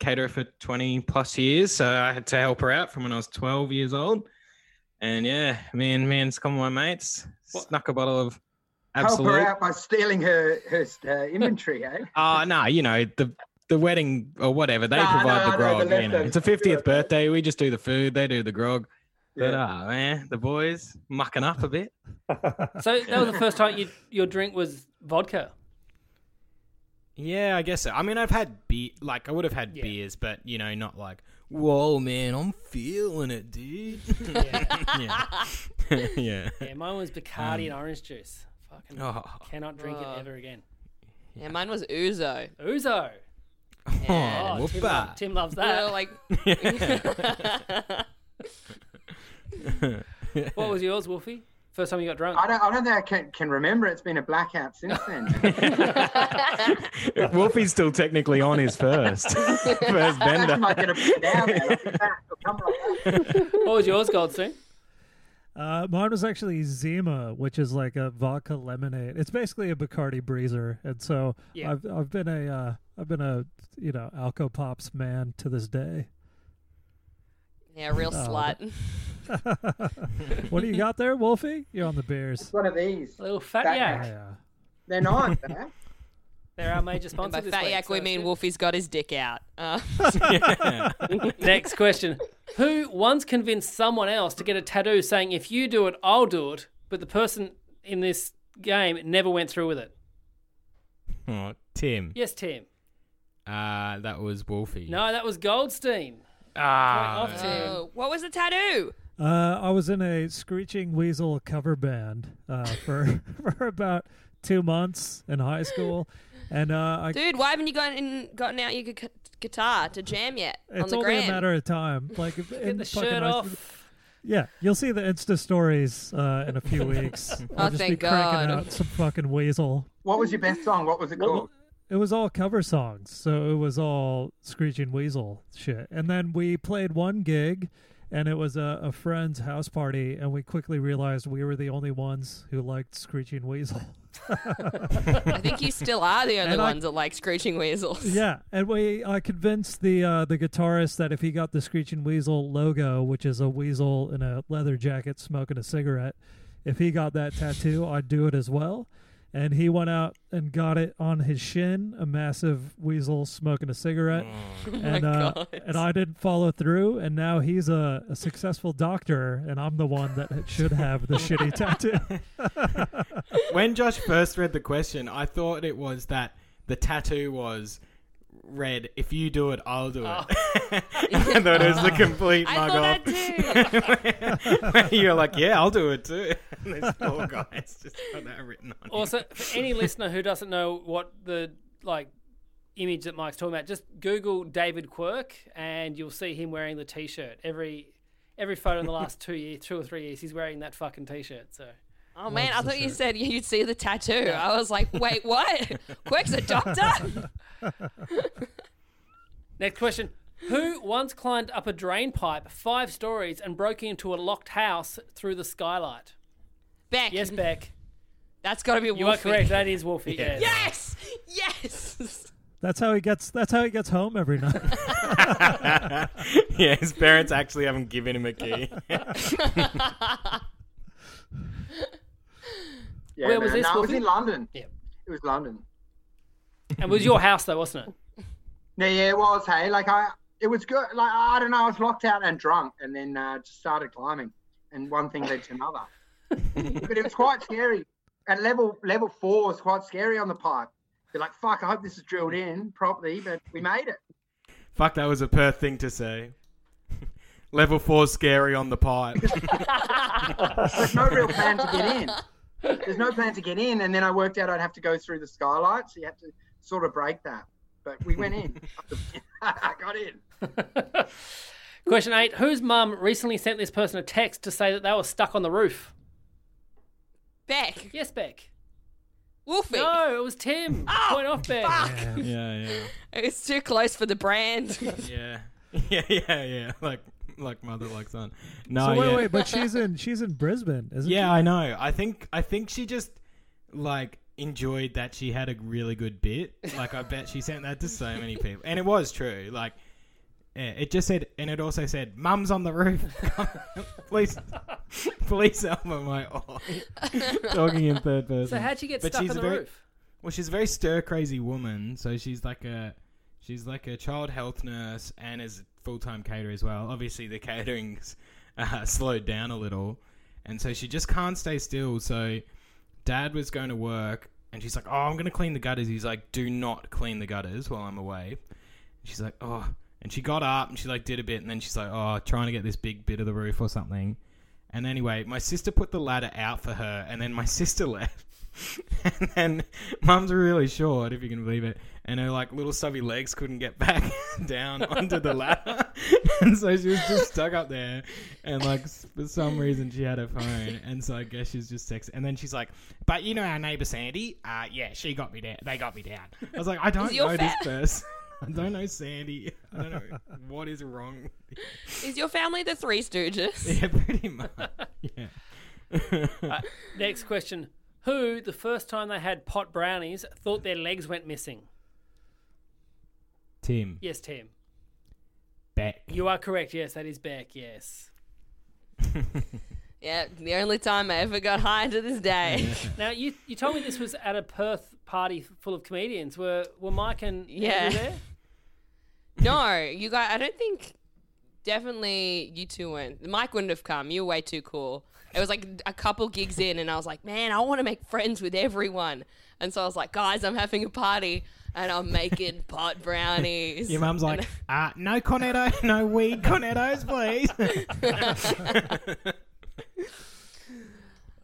Speaker 6: caterer for twenty plus years, so I had to help her out from when I was twelve years old. And yeah, me and me and some of my mates snuck a bottle of absolute.
Speaker 5: Help her out by stealing her her uh, inventory, eh?
Speaker 6: Oh, no, you know, the the wedding or whatever, they
Speaker 5: No,
Speaker 6: provide
Speaker 5: no,
Speaker 6: the
Speaker 5: no, the
Speaker 6: grog. you know,
Speaker 5: leftovers.
Speaker 6: it's a 50th birthday. We just do the food, they do the grog. But ah, man, the boys mucking up a bit.
Speaker 3: So that was the first time you, your drink was vodka.
Speaker 6: Yeah, I guess so. I mean, I've had beer, like, I would have had beers, but, you know, not like, whoa, man, I'm feeling
Speaker 3: <laughs>
Speaker 6: it, dude. Yeah. <laughs> yeah.
Speaker 3: Yeah, mine was Bacardi and orange juice. Fucking
Speaker 6: <laughs> Oh.
Speaker 3: cannot drink
Speaker 4: Oh.
Speaker 3: it ever again.
Speaker 4: Yeah, mine was Uzo.
Speaker 3: Uzo.
Speaker 4: Yeah.
Speaker 3: Oh, Tim, lo- Tim loves
Speaker 4: We were
Speaker 3: that.
Speaker 4: <laughs>
Speaker 6: like.
Speaker 3: <laughs> what was yours, Wolfie? First time you got drunk?
Speaker 5: I don't, I don't think I can, can remember. It's been a blackout since
Speaker 7: <laughs>
Speaker 5: then.
Speaker 6: Wolfie's still technically on his <laughs> first. first bender.
Speaker 3: what was yours, Goldstein?
Speaker 7: Uh, mine was actually Zima, which is like a vodka lemonade. It's basically a Bacardi breezer, and so
Speaker 3: Yeah.
Speaker 7: I've I've been a uh, I've been a you know Alco Pops man to this day.
Speaker 4: Yeah, real
Speaker 7: Oh,
Speaker 4: slut.
Speaker 7: What do you got there, Wolfie? You're on the beers.
Speaker 5: It's one of these.
Speaker 3: little fat
Speaker 5: Fat
Speaker 3: yak.
Speaker 5: yak.
Speaker 7: Yeah.
Speaker 5: They're not.
Speaker 6: <laughs>
Speaker 3: They're our major
Speaker 4: And
Speaker 3: sponsor.
Speaker 4: by
Speaker 3: this
Speaker 4: fat
Speaker 3: week,
Speaker 4: yak,
Speaker 3: so
Speaker 4: we
Speaker 3: it's
Speaker 4: mean
Speaker 3: <laughs> good.
Speaker 4: Wolfie's got his dick out. Uh,
Speaker 3: Next question. Who once convinced someone else to get a tattoo saying, if you do it, I'll do it, but the person in this game never went through with it?
Speaker 6: Oh, Tim.
Speaker 3: Yes, Tim.
Speaker 6: Uh, that was Wolfie.
Speaker 3: No, that was Goldstein.
Speaker 6: Ah,
Speaker 3: Point off, Tim.
Speaker 4: Oh, what was the tattoo?
Speaker 7: Uh, I was in a Screeching Weasel cover band uh, for <laughs> for about two months in high school, and uh, I
Speaker 4: Dude, why haven't you gotten in, gotten out your gu- guitar to jam yet on
Speaker 7: it's
Speaker 4: the
Speaker 7: only
Speaker 4: gram?
Speaker 7: a matter of time. Like if- in
Speaker 3: <laughs> Get the
Speaker 7: fucking
Speaker 3: shirt
Speaker 7: high-
Speaker 3: off.
Speaker 7: Yeah, you'll see the Insta stories uh, in a few weeks.
Speaker 4: Oh,
Speaker 7: I'll just be
Speaker 4: thank
Speaker 7: cranking
Speaker 4: God.
Speaker 7: out some fucking weasel.
Speaker 5: What was your best song? What was it called?
Speaker 7: It was all cover songs, so it was all screeching weasel shit. And then we played one gig, and it was a, a friend's house party, and we quickly realized we were the only ones who liked screeching weasel.
Speaker 4: I think you still are the only
Speaker 7: <laughs> And I-
Speaker 4: ones that like screeching weasels.
Speaker 7: Yeah, and we I convinced the uh, the guitarist that if he got the Screeching Weasel logo, which is a weasel in a leather jacket smoking a cigarette, if he got that tattoo, I'd do it as well. And he went out and got it on his shin, a massive weasel smoking a cigarette.
Speaker 4: Oh
Speaker 2: Mm.
Speaker 4: <laughs> my
Speaker 7: and uh,
Speaker 4: God.
Speaker 7: and I didn't follow through, and now he's a, a successful doctor, and I'm the one that should have the shitty tattoo.
Speaker 6: when Josh first read the question, I thought it was that the tattoo was red. If you do it, I'll do it. <laughs> I thought it was
Speaker 4: <laughs>
Speaker 6: the complete
Speaker 4: Oh. I
Speaker 6: mug
Speaker 4: thought
Speaker 6: off. Where <laughs> You're like, yeah, I'll do it too. <laughs> And this poor guy's just got that written on. him.
Speaker 3: Also, for any listener who doesn't know what the like image that Mike's talking about, just Google David Quirk and you'll see him wearing the T-shirt. Every every photo in the last two years, two or three years, he's wearing that fucking T-shirt. So
Speaker 4: Oh man, I thought you <laughs> said you'd see the tattoo. I was like, wait, what? Quirk's a
Speaker 6: <laughs>
Speaker 4: doctor?
Speaker 3: next question: Who once climbed up a drain pipe five stories and broke into a locked house through the skylight?
Speaker 4: Beck.
Speaker 3: Yes, Beck.
Speaker 4: That's got to be Wolfie.
Speaker 3: You are correct. That is Wolfie.
Speaker 7: Yeah.
Speaker 3: yes.
Speaker 4: Yes! Yes!
Speaker 7: That's how he gets. That's how he gets home every
Speaker 6: <laughs>
Speaker 7: night.
Speaker 6: yeah, his parents actually haven't given him a key.
Speaker 5: Yeah,
Speaker 3: Where was
Speaker 5: man.
Speaker 3: this,
Speaker 5: No, it was
Speaker 3: Wolfie?
Speaker 5: in London.
Speaker 3: Yeah.
Speaker 5: It was London.
Speaker 3: And it was your house though, wasn't it?
Speaker 5: No, yeah, it was. Hey, like I, it was good. Like I don't know, I was locked out and drunk, and then uh, just started climbing, and one thing led to
Speaker 6: <laughs>
Speaker 5: another. but it was quite scary. At level level four was quite scary on the pipe. You're like, fuck, I hope this is drilled in properly, but we made it.
Speaker 6: <laughs> Fuck, that was a Perth thing to say. Level four scary on the <laughs> pipe.
Speaker 5: There's no real plan to get in.
Speaker 4: <laughs>
Speaker 5: There's no plan to get in, and then I worked out I'd have to go through the skylight, so you have to sort of break that. But we
Speaker 4: <laughs>
Speaker 5: went in. <laughs> I got in.
Speaker 3: <laughs> Question eight: Whose mum recently sent this person a text to say that they were stuck on the roof?
Speaker 4: Beck.
Speaker 3: Yes, Beck.
Speaker 4: Wolfie.
Speaker 3: No, it was Tim. Point off Beck.
Speaker 4: Oh, Fuck!
Speaker 6: yeah, yeah.
Speaker 4: It's too close for the brand.
Speaker 7: <laughs>
Speaker 6: Yeah. Yeah, yeah, yeah. Like like mother like son. No,
Speaker 7: so wait,
Speaker 6: yeah.
Speaker 7: wait, but she's in she's in Brisbane, isn't she?
Speaker 6: yeah, I know. I think I think she just like enjoyed that she had a really good bit. Like I bet she sent that to so many people, and it was true. Like yeah, it just said, and it also said, "Mum's on the roof." <laughs> police, police <laughs> help! Am I oh. talking in third person?
Speaker 3: So how'd she get
Speaker 6: But
Speaker 3: stuck
Speaker 6: she's
Speaker 3: on the
Speaker 6: a very-
Speaker 3: roof?
Speaker 6: Well, she's a very stir crazy woman, so she's like a she's like a child health nurse and is full time caterer as well. Obviously, the catering's uh, slowed down a little, and so she just can't stay still. So, Dad was going to work, and she's like, "Oh, I'm going to clean the gutters." He's like, "Do not clean the gutters while I'm away." She's like, "Oh," and she got up and she like did a bit, and then she's like, "Oh, trying to get this big bit of the roof or something." And anyway, my sister put the ladder out for her, and then my <laughs> sister left. and then mum's really short, if you can believe it, and her like little stubby legs couldn't get back <laughs>
Speaker 4: <laughs>
Speaker 6: down onto the ladder, <laughs> and so she was just stuck up there. And like s- for some reason, she had her phone, and so I guess she's just sex. And then she's like, "But you know our neighbor Sandy? Uh, yeah, she got me down. They got me down." I was like, "I don't
Speaker 4: Is your
Speaker 6: know this
Speaker 4: fa-
Speaker 6: person. <laughs> I don't know Sandy. <laughs> I don't know what is wrong." <laughs> with you."
Speaker 4: Is your family the Three Stooges?
Speaker 6: Yeah, pretty <laughs> much. Yeah.
Speaker 3: Next question: Who the first time they had pot brownies thought their legs went missing?
Speaker 6: Tim
Speaker 3: Yes, Tim.
Speaker 6: Beck.
Speaker 3: You are correct. Yes, that is Beck. Yes.
Speaker 4: Yeah, the only time I ever got high to this day.
Speaker 3: Now you you told me this was at a Perth party full of comedians. Were were Mike and Andrew
Speaker 4: Yeah. <laughs>
Speaker 3: there?
Speaker 4: No, you guys. I don't think. Definitely, you two weren't. Mike wouldn't have come. You were way too cool. It was like a couple gigs in, and I was like, man, I want to make friends with everyone. And so I was like, guys, I'm having a party, and I'm making pot brownies.
Speaker 6: Your
Speaker 4: <laughs>
Speaker 6: mum's like, uh, no cornetto, <laughs> no weed cornettos, please.
Speaker 4: <laughs>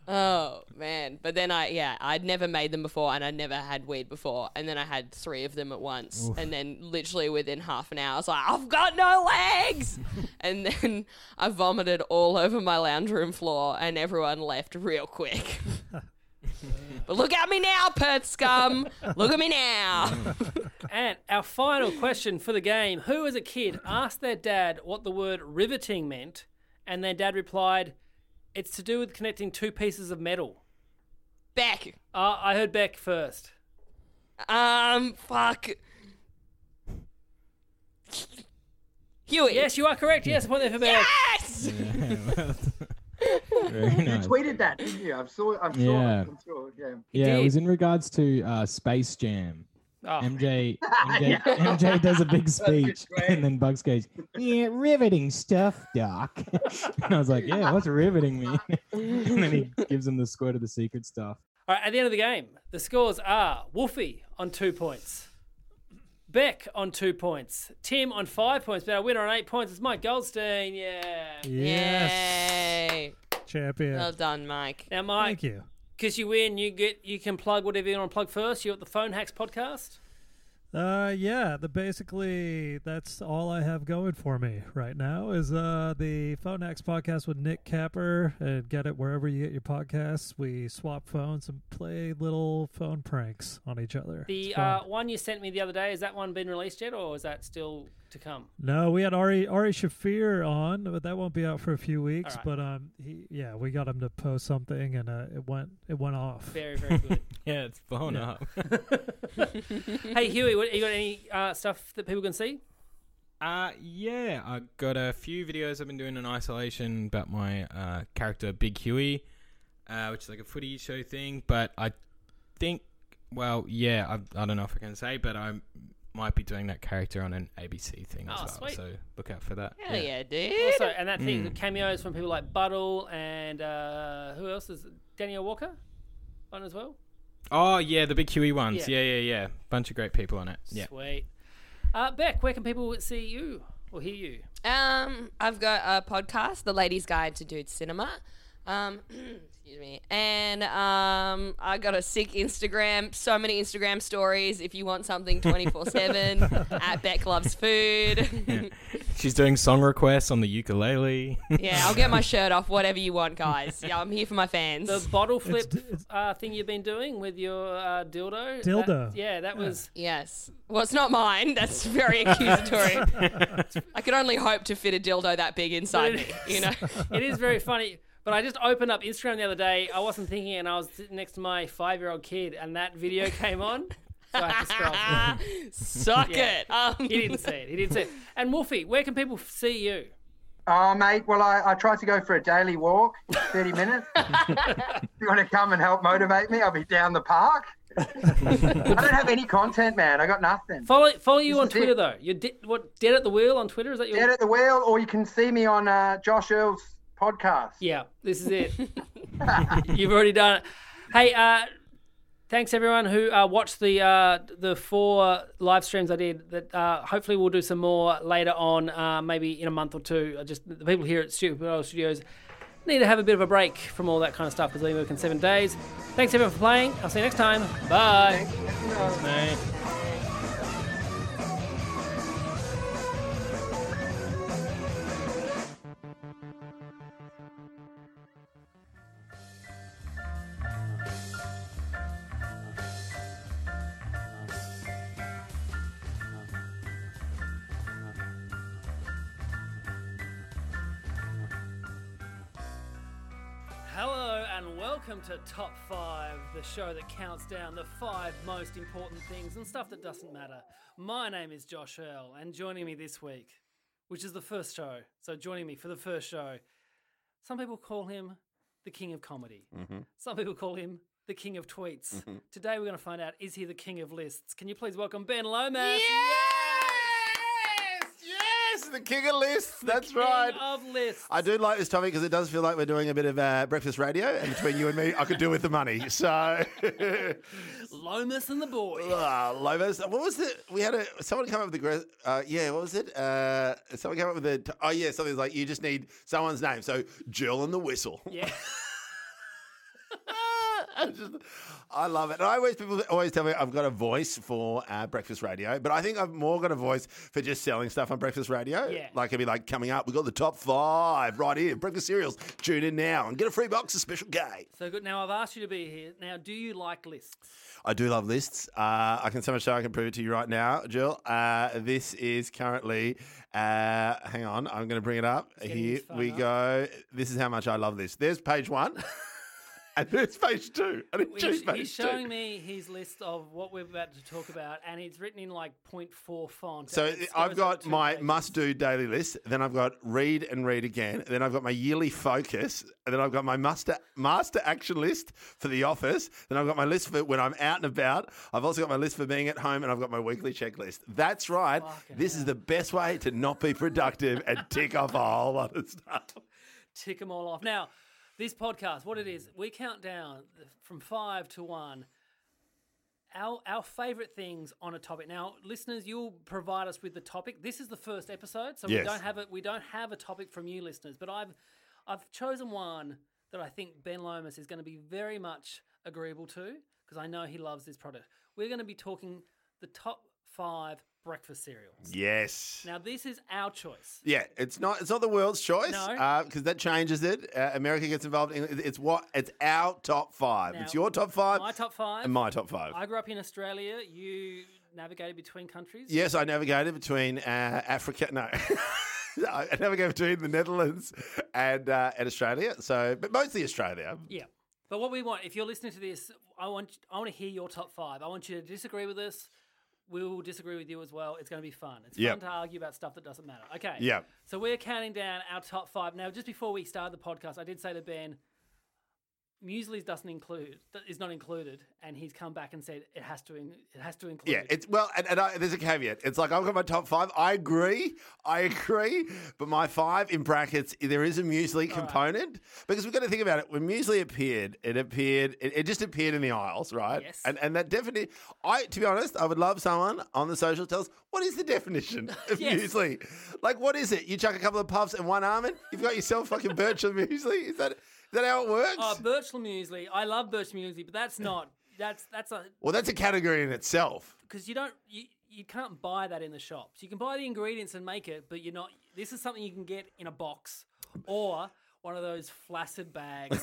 Speaker 4: Oh man! But then I yeah I'd never made them before and I'd never had weed before and then I had three of them at once
Speaker 10: Oof.
Speaker 4: and then literally within half an hour I was like I've got no
Speaker 6: <laughs>
Speaker 4: legs and then I vomited all over my lounge room floor and everyone left real
Speaker 7: <laughs>
Speaker 4: quick. <laughs> but look at me now, pert scum! Look at me
Speaker 6: Mm.
Speaker 4: now.
Speaker 3: And our final question for the game Who as a kid asked their dad what the word riveting meant? And their dad replied, It's to do with connecting two pieces of metal.
Speaker 4: Beck.
Speaker 3: Uh, I heard Beck first.
Speaker 4: Um, fuck. Huey.
Speaker 3: Yes, you are correct. Yes, a point there for Beck.
Speaker 4: Yes!
Speaker 10: <laughs> Very
Speaker 5: You
Speaker 10: nice.
Speaker 5: tweeted that, didn't you? I'm sure. I'm sure.
Speaker 10: Yeah.
Speaker 5: I'm sure. Yeah.
Speaker 10: Yeah, it was in regards to uh, Space Jam.
Speaker 3: Oh.
Speaker 10: MJ, MJ, MJ does a big speech, <laughs> and then Bugs goes, "Yeah, riveting stuff, Doc." <laughs> and I was like, "Yeah, what's riveting mean?" <laughs> and then he gives him the squirt of the secret stuff.
Speaker 3: All right, at the end of the game, the scores are Wolfie on two points, Beck on two points, Tim on five points, but our winner on eight points is Mike Goldstein. Yeah.
Speaker 7: Yes.
Speaker 4: Yay.
Speaker 7: Champion.
Speaker 4: Well done, Mike.
Speaker 3: Now, Mike,
Speaker 7: Thank you.
Speaker 3: Because you win, you get you can plug whatever you want to plug first. You're at the Phone Hacks podcast.
Speaker 7: Uh, yeah. The basically that's all I have going for me right now is uh the Phone Hacks podcast with Nick Capper and get it wherever you get your podcasts. We swap phones and play little phone pranks on each other.
Speaker 3: The
Speaker 7: It's fun.
Speaker 3: uh, one you sent me the other day is that one been released yet, or is that still to come?
Speaker 7: No, we had Ari Ari Shafir on, but that won't be out for a few weeks.
Speaker 3: right.
Speaker 7: But um, he yeah, we got him to post something, and uh, it went it went off.
Speaker 3: Very very
Speaker 7: <laughs>
Speaker 3: good.
Speaker 6: Yeah, it's blown
Speaker 7: Yeah.
Speaker 6: up. <laughs>
Speaker 3: hey Huey, what, you got any uh, stuff that people can see?
Speaker 6: Uh, yeah, I got a few videos I've been doing in isolation about my uh, character Big Huey, uh, which is like a footy show thing. But I think, well, yeah, I, I don't know if I can say, but I might be doing that character on an ABC thing as
Speaker 3: Oh,
Speaker 6: well.
Speaker 3: sweet.
Speaker 6: So look out for that.
Speaker 4: Hell yeah, dude.
Speaker 3: Also, and that thing
Speaker 6: Mm.
Speaker 3: the cameos from people like Buddle and uh, who else is Danielle Walker on as well.
Speaker 6: Oh yeah, the Big Huey ones.
Speaker 3: Yeah.
Speaker 6: Yeah, yeah, yeah. Bunch of great people on it. Yeah.
Speaker 3: Sweet. Uh, Beck, where can people see you or hear you?
Speaker 4: Um, I've got a podcast, The Ladies Guide to Dude Cinema. Um, excuse me. And um, I got a sick Instagram. So many Instagram stories. If you want something twenty four
Speaker 7: <laughs>
Speaker 4: seven, at Beck loves food.
Speaker 6: <laughs> She's doing song requests on the ukulele. <laughs>
Speaker 4: yeah, I'll get my shirt off. Whatever you want, guys. Yeah, I'm here for my fans.
Speaker 3: The bottle flip uh, thing you've been doing with your uh, dildo.
Speaker 4: Dildo.
Speaker 3: That- yeah, that was.
Speaker 4: Yes. Well, it's not mine. That's very
Speaker 6: <laughs>
Speaker 4: accusatory. I could only hope to fit a dildo that big
Speaker 6: <laughs>
Speaker 4: inside me. You know.
Speaker 3: it is very funny. But I just opened up Instagram the other day. I wasn't thinking, and I was sitting next to my five-year-old kid, and that video came on. So I had to scroll.
Speaker 4: Suck it.
Speaker 3: he didn't see it. He didn't see it. And Wolfie, where can people f- see you?
Speaker 5: Oh, mate. Well, I, I tried to go for a daily walk, 30 minutes. if you want to come and help motivate me, I'll be down the park. I don't have any content, man. I got nothing.
Speaker 3: Follow follow you on
Speaker 5: is it.
Speaker 3: Twitter though. You're de- what dead at the wheel on Twitter? Is that your
Speaker 5: Dead at the wheel, or you can see me on uh, Josh Earl's podcast.
Speaker 3: Yeah, this is it. You've already done it. Hey, uh, thanks everyone who uh, watched the uh, the four live streams I did. That uh, hopefully we'll do some more later on, uh, maybe in a month or two. I Just the people here at Stupid Old Studios need to have a bit of a break from all that kind of stuff because they work in seven days. Thanks everyone for playing. I'll see you next time. Bye. Hello and welcome to Top 5, the show that counts down the five most important things and stuff that doesn't matter. My name is Josh Earl, and joining me this week, which is the first show, so joining me for the first show, some people call him the king of comedy.
Speaker 11: Mm-hmm.
Speaker 3: Some people call him the king of tweets.
Speaker 11: Mhm.
Speaker 3: Today we're going to find out is he the king of lists? Can you please welcome Ben Lomas?
Speaker 11: Yes, the king of lists. That's
Speaker 3: king
Speaker 11: right.
Speaker 3: of lists.
Speaker 11: I do like this topic because it does feel like we're doing a bit of uh, breakfast radio, and between you and me, I could do with the money. So, uh,
Speaker 3: Lomas and the boy.
Speaker 11: Ah, Lomas, what was it? We had a someone come up with a gre- uh, yeah, what was it? Uh, someone came up with a t- <laughs> oh yeah, something like you just need someone's name. So Jill and the whistle.
Speaker 3: Yeah.
Speaker 11: Just- I love it. And I always people always tell me I've got a voice for uh, breakfast radio, but I think I've more got a voice for just selling stuff on breakfast radio.
Speaker 3: Yeah.
Speaker 11: Like it'd be like coming up, we've got the top five right here. Breakfast cereals. Tune in now and get a free box of special K.
Speaker 3: So good. Now I've asked you to be here. Now, do you like lists?
Speaker 11: I do love lists. Uh, I can so much so I can prove it to you right now, Jill. Uh, this is currently. Uh, hang on, I'm going to bring it up. Here we go. This is how much I love this. There's page one, <laughs> and there's page two, and it's
Speaker 3: He's,
Speaker 11: just page
Speaker 3: he's
Speaker 11: two.
Speaker 3: showing me his list of what we're about to talk about, and it's written in like 0.4 font.
Speaker 11: So
Speaker 3: and it
Speaker 11: I've
Speaker 3: goes up
Speaker 11: got
Speaker 3: to-
Speaker 11: my must do daily list, then I've got read and read again, then I've got my yearly focus, and then I've got my master master action list for the office, then I've got my list for when I'm out and about. I've also got my list for being at home and I've got my weekly checklist. That's right. this is the best way to not be productive and tick off a whole lot of stuff.
Speaker 3: tick them all off. Now, this podcast, what it is, we count down from five to one. Our, our favorite things on a topic. Now, listeners, you'll provide us with the topic. This is the first episode, so
Speaker 12: Yes.
Speaker 3: we don't have it. We don't have a topic from you, listeners. But I've I've chosen one that I think Ben Lomas is going to be very much agreeable to because I know he loves this product. We're going to be talking the top five breakfast cereals.
Speaker 11: Yes.
Speaker 3: Now, this is our choice.
Speaker 11: Yeah, it's not it's not the world's choice
Speaker 3: No.
Speaker 11: because that changes it. Uh, America gets involved in it. It's what it's our top five. it's
Speaker 3: Now,
Speaker 11: your top five.
Speaker 3: My top five.
Speaker 11: and my top five.
Speaker 3: I grew up in Australia. You navigated between countries.
Speaker 11: Yes, I navigated between uh, Africa. No. <laughs> I navigated between the Netherlands and uh, and Australia. So, but mostly Australia.
Speaker 3: Yeah. But what we want, if you're listening to this, I want I want to hear your top five. I want you to disagree with us. We will disagree with you as well. It's going to be fun. It's
Speaker 11: Yep.
Speaker 3: fun to argue about stuff that doesn't matter. Okay.
Speaker 11: Yep.
Speaker 3: So we're counting down our top five now. Just before we started the podcast, I did say to Ben, Muesli's doesn't include is not included, and he's come back and said it has to in, it has to include.
Speaker 11: Yeah, it's well, and, and I, there's a caveat. It's like I've got my top five. I agree, I agree, but my five in brackets there is a muesli component because we've got to think about it. When muesli appeared, it appeared, it, it just appered in the aisles, right?
Speaker 3: Yes.
Speaker 11: And and that definitely, I to be honest, I would love someone on the social tell us what is the
Speaker 3: <laughs>
Speaker 11: definition of
Speaker 3: Yes.
Speaker 11: muesli? Like, what is it? You chuck a couple of puffs and one almond, you've got yourself fucking birchall muesli. Is that is that how it works?
Speaker 3: Oh, Birchall Muesli. I love Birch Muesli, but that's not that's that's a
Speaker 11: well, that's a category in itself.
Speaker 3: because you don't you, you can't buy that in the shops. You can buy the ingredients and make it, but you're not. This is something you can get in a box or one of those flaccid bags.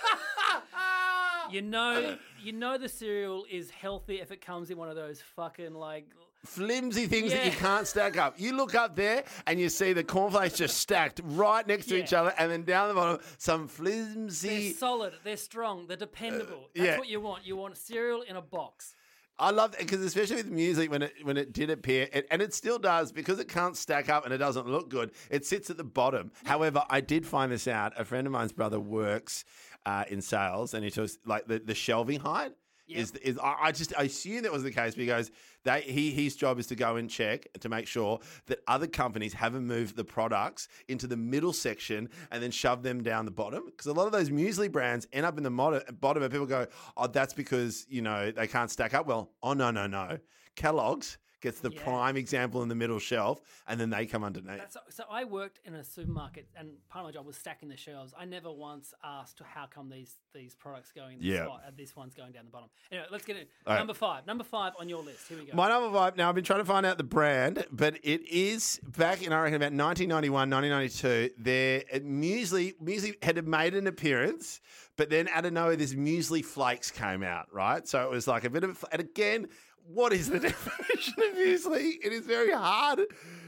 Speaker 3: that- <laughs> you know, you know the cereal is healthy if it comes in one of those fucking like.
Speaker 11: flimsy things that you
Speaker 3: Yeah.
Speaker 11: can't stack up. You look up there and you see the cornflakes just stacked right next to each other, and then down the bottom, some
Speaker 3: They're
Speaker 11: flimsy.
Speaker 3: solid. They're strong. They're dependable. That's
Speaker 11: yeah.
Speaker 3: what you want. You want cereal in a box.
Speaker 11: I love it because especially with music when it when it did appear it, and it still does because it can't stack up and it doesn't look good. It sits at the bottom. However, I did find this out. A friend of mine's brother works uh, in sales, and he talks like the, the shelving height. Is, is I I just I assume that was the case because they he his job is to go and check to make sure that other companies haven't moved the products into the middle section and then shoved them down the bottom because a lot of those muesli brands end up in the mod- bottom and people go oh that's because you know they can't stack up well oh no no no Kellogg's gets the prime example in the middle shelf and then they come underneath
Speaker 3: That's, so I worked in a supermarket, and part of my job was stacking the shelves. I never once asked how come these these products going this
Speaker 11: Yeah.
Speaker 3: spot and this one's going down the bottom. Anyway, let's get it.
Speaker 11: All right.
Speaker 3: Number five. Number five on your list. Here we go.
Speaker 11: My number five, now I've been trying to find out the brand, but it is back in, I reckon, about 1991, 1992. Their uh, muesli, muesli had made an appearance, but then out of nowhere, this muesli flakes came out, right? So it was like a bit of, and again, what is the <laughs> definition of muesli? It is very hard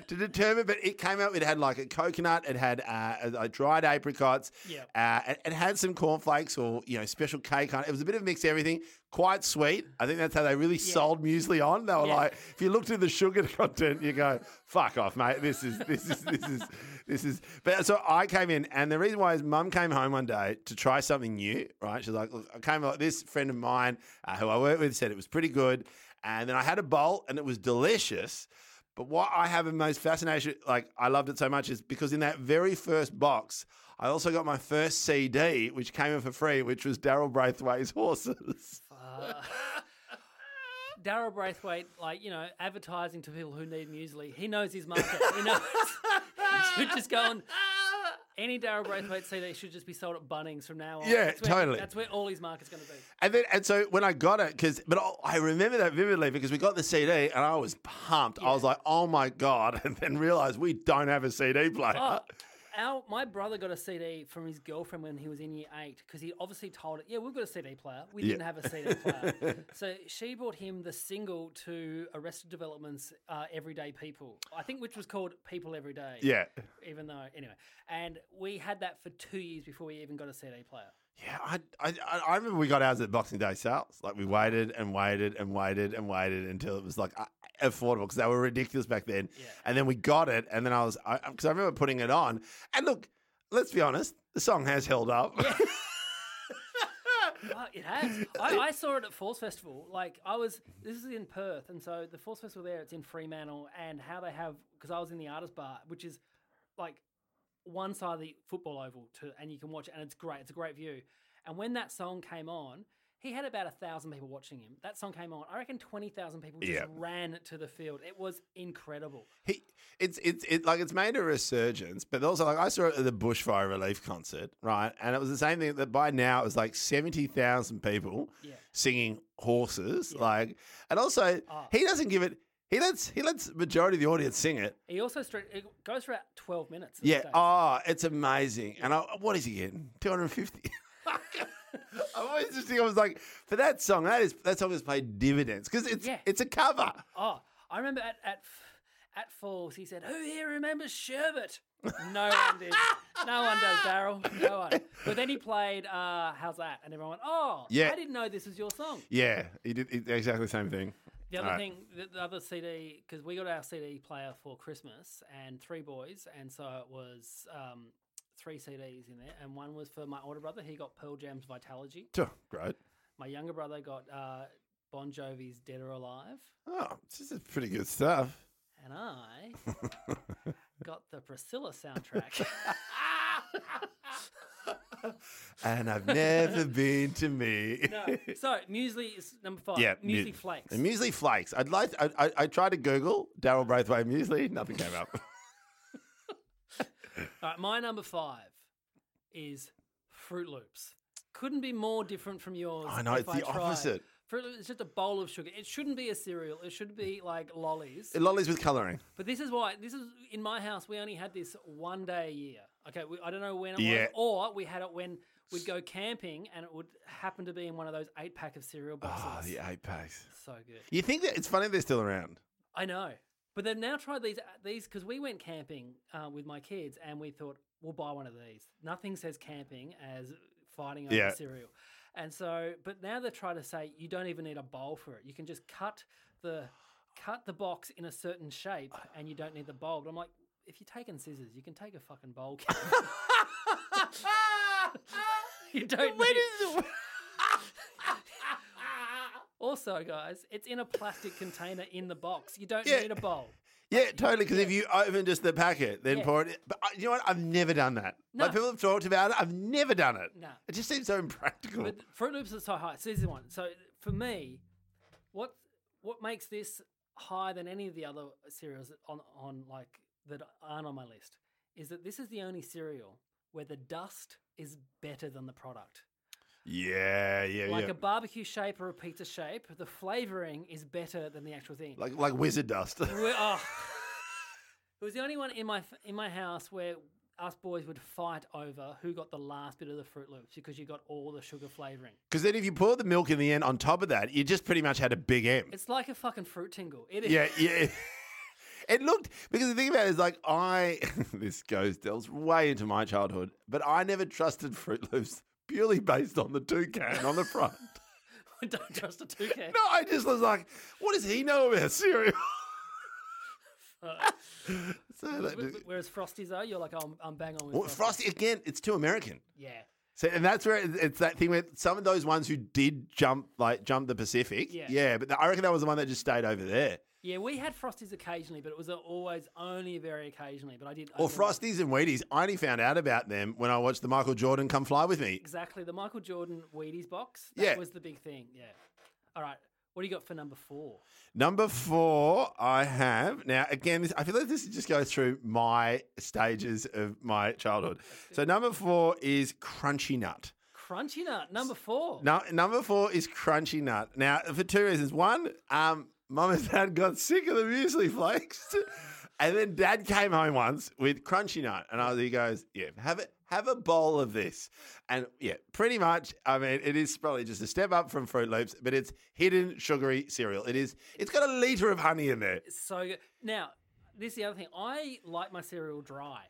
Speaker 11: to determine, but it came out, it had like a coconut, it had uh, uh, dried apricots,
Speaker 3: Yep.
Speaker 11: uh, it- it had some cornflakes or you know special cake on it. It was a bit of a mix of everything. Quite sweet. I think that's how they really sold muesli on. They were
Speaker 3: Yeah.
Speaker 11: like, if you looked at the sugar <laughs> content, you go, "Fuck off, mate. This is this is this is this is." But so I came in, and the reason why is mum came home one day to try something new. Right? She's like, "Look, I came like this friend of mine uh, who I worked with said it was pretty good, and then I had a bowl, and it was delicious." But what I have the most fascination, like I loved it so much, is because in that very first box, I also got my first CD, which came in for free, which was Daryl Braithwaite's Horses.
Speaker 3: Daryl Braithwaite, like you know, advertising to people who need muesli. He knows his market. he knows. You just go and Any Daryl Braithwaite CD should just be sold at Bunnings from now on.
Speaker 11: Yeah,
Speaker 3: that's where,
Speaker 11: totally.
Speaker 3: That's where all his market's going to be.
Speaker 11: And then, and so when I got it, because but I I remember that vividly because we got the CD and I was pumped. I was like, "Oh my god!" <laughs> And then realized we don't have a CD player.
Speaker 3: Oh, our, my brother got a CD from his girlfriend when he was in year eight because he obviously told it, yeah, we've got a CD player. We
Speaker 11: Yeah.
Speaker 3: didn't have a CD
Speaker 11: <laughs>
Speaker 3: player. so she bought him the single to Arrested Development's uh, Everyday People, I think, which was called People Every Day.
Speaker 11: Yeah.
Speaker 3: Even though, anyway. And we had that for two years before we even got a CD player.
Speaker 11: Yeah, I, I I- I remember we got ours at Boxing Day sales. Like we waited and waited and waited and waited until it was like uh, affordable because they were ridiculous back then. And then we got it, and then I was because I, remember putting it on. And look, let's be honest, the song has held up. <laughs>
Speaker 3: Well, it has. I, I saw it at Force Festival. Like I was, this is in Perth, and so the Force Festival there, it's in Fremantle, and how they have because I was in the artist bar, which is like one side of the football oval, to, and you can watch it, and it's great. It's a great view. And when that song came on, he had about a thousand people watching him. That song came on. I reckon twenty thousand people just
Speaker 11: Yeah.
Speaker 3: ran to the field. It was incredible.
Speaker 11: it's it's it like it's made a resurgence, but also like I saw it at the bushfire relief concert, right? And it was the same thing that by now it was like seventy thousand people singing horses, like, and also he doesn't give it. He lets he lets majority of the audience sing it.
Speaker 3: He also stre- it goes for about twelve minutes.
Speaker 11: Yeah. Oh, it's amazing. And I, what is he getting? Two hundred and fifty. <laughs> I always just think I was like, for that song, that is that song has played dividends because it's
Speaker 3: Yeah.
Speaker 11: it's a cover.
Speaker 3: Oh, I remember at at at Falls, he said, "Who here remembers Sherbet?"
Speaker 11: <laughs>
Speaker 3: No one did. No one does, Daryl. No one. But then he played uh, "How's That," and everyone went, "Oh,
Speaker 11: Yeah.
Speaker 3: I didn't know this was your song."
Speaker 11: Yeah, he did he- exactly the same thing.
Speaker 3: The other
Speaker 11: All right.
Speaker 3: thing, the, the other CD, because we got our CD player for Christmas and three boys, and so it was um, three CDs in there, and one was for my older brother. He got Pearl Jam's Vitalogy.
Speaker 11: Sure, great.
Speaker 3: My younger brother got uh, Bon Jovi's "Dead or Alive,"
Speaker 11: Oh, this is pretty good stuff.
Speaker 3: and
Speaker 11: <laughs>
Speaker 3: I got the
Speaker 11: <laughs>
Speaker 3: Priscilla soundtrack.
Speaker 11: And I've
Speaker 3: <laughs>
Speaker 11: never been to me.
Speaker 3: no. So muesli is number five.
Speaker 11: Yeah, mu-
Speaker 3: muesli flakes.
Speaker 11: And muesli flakes. I'd like. I, I, I tried to Google Daryl Braithwaite muesli. Nothing came up.
Speaker 3: All right, my number five is Fruit Loops. Couldn't be more different from yours.
Speaker 11: I know,
Speaker 3: if
Speaker 11: it's the
Speaker 3: tried.
Speaker 11: opposite.
Speaker 3: Fruit Loops is just a bowl of sugar. It shouldn't be a cereal. It should be like <laughs> lollies.
Speaker 11: Lollies with coloring.
Speaker 3: But this is why this is in my house. We only had this one day a year. Okay, we, I don't know when it
Speaker 11: Yeah.
Speaker 3: was, or we had it when we'd go camping and it would happen to be in one of those eight pack of cereal
Speaker 11: Oh,
Speaker 3: boxes.
Speaker 11: the eight packs.
Speaker 3: So good.
Speaker 11: You think that it's funny they're still around?
Speaker 3: I know, but they've now tried these uh, these because we went camping uh, with my kids and we thought we'll buy one of these. Nothing says camping as fighting over
Speaker 12: Yeah.
Speaker 3: cereal, and so but now they're trying to say you don't even need a bowl for it. You can just cut the cut the box in a certain shape and you don't need the bowl. But I'm like, if you're taking scissors, you can take a fucking bowl. <laughs> Kev. you don't
Speaker 11: When
Speaker 3: need. also, guys, it's in a plastic container in the box. You don't
Speaker 11: Yeah.
Speaker 3: need a bowl.
Speaker 11: Yeah, totally. Because if you open just the packet, then
Speaker 3: Yeah.
Speaker 11: pour it. But I, you know what? I've never done that.
Speaker 3: No.
Speaker 11: Like people have talked about it. I've never done it.
Speaker 3: No.
Speaker 11: It just seems so impractical.
Speaker 3: But Fruit Loops is so high. So this is one. So for me, what what makes this higher than any of the other cereals on on like that aren't on my list is that this is the only cereal where the dust is better than the product.
Speaker 11: yeah, yeah,
Speaker 3: like
Speaker 11: yeah.
Speaker 3: a barbecue shape or a pizza shape, the flavoring is better than the actual thing.
Speaker 11: like like wizard dust. <laughs>
Speaker 3: We- oh. It was the only one in my f- in my house where us boys would fight over who got the last bit of the Fruit Loops because you got all the sugar flavoring.
Speaker 11: Because then if you pour the milk in the end on top of that, you just pretty much had a big M.
Speaker 3: It's like a fucking fruit tingle. It is. <laughs>
Speaker 11: Yeah, yeah. It looked because the thing about it is like I <laughs> this goes delves way into my childhood, but I never trusted Fruit Loops purely based on the toucan on the front.
Speaker 3: I don't trust a toucan.
Speaker 11: No, I just was like, what does he know about cereal? <laughs>
Speaker 3: Uh,
Speaker 11: So that-
Speaker 3: wh- wh- whereas Frosties though, you're like, oh, I'm, I'm bang on with
Speaker 11: Well, Frosty again, it's too American.
Speaker 3: Yeah.
Speaker 11: So, and that's where it- it's that thing with some of those ones who did jump, like jump the Pacific.
Speaker 3: Yeah.
Speaker 11: but I reckon that was the one that just stayed over there.
Speaker 3: Yeah, we had Frosties occasionally, but it was always only very occasionally. But I did. I
Speaker 11: Or
Speaker 3: did-
Speaker 11: Frosties and Wheaties. I only found out about them when I watched the Michael Jordan Come Fly With Me.
Speaker 3: Exactly. The Michael Jordan Wheaties box. That
Speaker 11: Yeah.
Speaker 3: was the big thing. Yeah. All right. What do you got for number four?
Speaker 11: Number four, I have now. Again, this, I feel like this just goes through my stages of my childhood. So number four is Crunchy Nut.
Speaker 3: Crunchy Nut, number four.
Speaker 11: No, number four is Crunchy Nut. Now, for two reasons. One, um, mum and dad got sick of the muesli flakes, <laughs> and then dad came home once with Crunchy Nut, and I was, he goes, "Yeah, have it." Have a bowl of this. And yeah, pretty much, I mean, it is probably just a step up from Fruit Loops, but it's hidden sugary cereal. It is, it's got a litre of honey in there.
Speaker 3: It's so good. Now, this is the other thing. I like my cereal dry.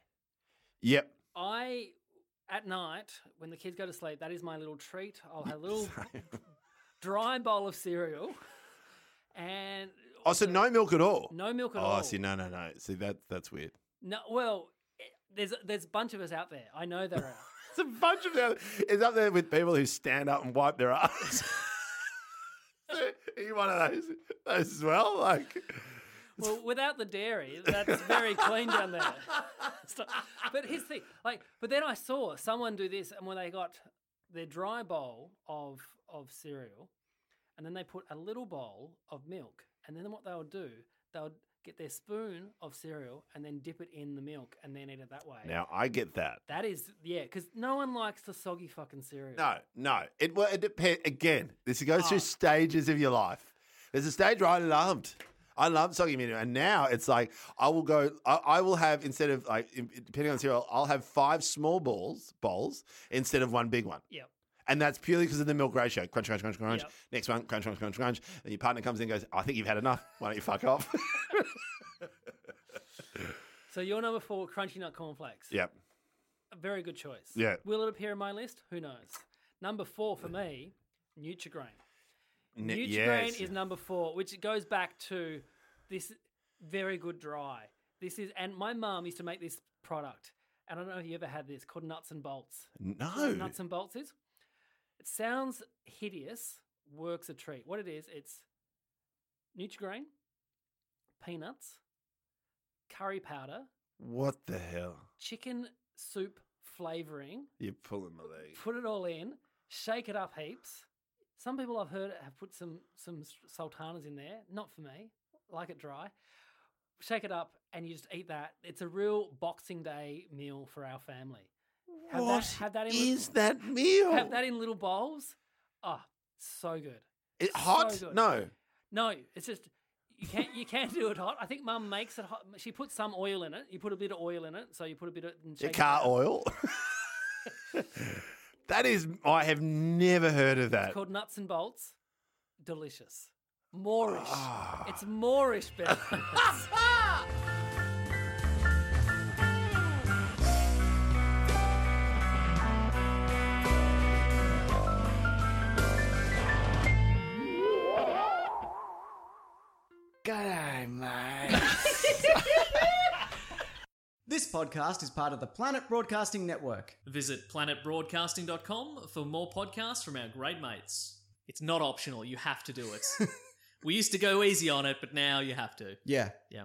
Speaker 11: Yep.
Speaker 3: I at night when the kids go to sleep, that is my little treat. I'll have
Speaker 11: <laughs>
Speaker 3: a little dry bowl of cereal, and
Speaker 11: Oh, so no milk at all?
Speaker 3: no milk at
Speaker 11: oh,
Speaker 3: all.
Speaker 11: see, no, no, no. See, that that's weird.
Speaker 3: No, well, it- there's there's a bunch of us out there. I know there are.
Speaker 11: It's a bunch of them. It's up there with people who stand up and wipe their ass. <laughs> Are you one of those, those as well? Like,
Speaker 3: Well, without the dairy, that's very clean
Speaker 11: <laughs>
Speaker 3: down there. So- but here's the thing, like, but then I saw someone do this, and when they got their dry bowl of of cereal, and then they put a little bowl of milk, and then what they would do, they would get their spoon of cereal and then dip it in the milk and then eat it that way.
Speaker 11: now I get that.
Speaker 3: That is, yeah, because no one likes the soggy fucking cereal.
Speaker 11: No, no. It well, it depends. Again, this goes
Speaker 3: Oh.
Speaker 11: through stages of your life. There's a stage where I loved. I loved soggy medium, and now it's like I will go. I, I will have instead of like in- depending on the cereal, I'll have five small balls bowls instead of one big one.
Speaker 3: Yep.
Speaker 11: And that's purely because of the milk ratio. Crunch, crunch, crunch, crunch.
Speaker 3: Yep.
Speaker 11: Next one, crunch, crunch, crunch, crunch. And your partner comes in and goes, I think you've had enough. Why don't you fuck off? <laughs>
Speaker 3: So your number four, crunchy nut cornflakes.
Speaker 11: yep.
Speaker 3: A very good choice.
Speaker 11: Yeah.
Speaker 3: Will it appear in my list? Who knows? Number four for me, Nutrigrain.
Speaker 11: N-
Speaker 3: Nutrigrain
Speaker 11: yes.
Speaker 3: is number four, which goes back to this very good dry. This is, and my mum used to make this product, and I don't know if you ever had this called nuts and bolts. Do you know what
Speaker 11: No.
Speaker 3: nuts and bolts is. It sounds hideous. Works a treat. What it is, it's Nutrigrain, peanuts, curry powder,
Speaker 11: What the hell?
Speaker 3: chicken soup flavoring
Speaker 11: You're pulling my leg.
Speaker 3: put it all in, shake it up heaps. Some people I've heard have put some some s- sultanas in there. Not for me. Like it dry. Shake it up and you just eat that. It's a real Boxing Day meal for our family. Have
Speaker 11: What
Speaker 3: that, have that in
Speaker 11: is that meal?
Speaker 3: Have that in little bowls. Oh, so good.
Speaker 11: It hot?
Speaker 3: So good.
Speaker 11: no.
Speaker 3: No, it's just you can't you can't do it hot. I think Mum makes it hot. She puts some oil in it. You put a bit of oil in it, so you put a bit of and
Speaker 11: Your
Speaker 3: shake it
Speaker 11: car
Speaker 3: up. <laughs>
Speaker 11: oil. that is, I have never heard of that.
Speaker 3: It's called Nuts and Bolts. Delicious. Moorish. It's Moorish, Ben.
Speaker 1: G'day, mate. this podcast is part of the Planet Broadcasting Network.
Speaker 2: Visit planetbroadcasting.com for more podcasts from our great mates. It's not optional, you have to do
Speaker 7: <laughs>
Speaker 2: it. we used to go easy on it, but now you have to.
Speaker 1: Yeah.
Speaker 2: Yeah.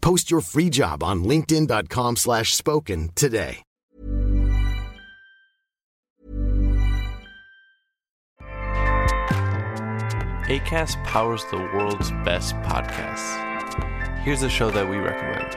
Speaker 12: Post your free job on linkedin.com/spoken slash spoken today.
Speaker 13: ACAST powers the world's best podcasts. Here's a show that we recommend.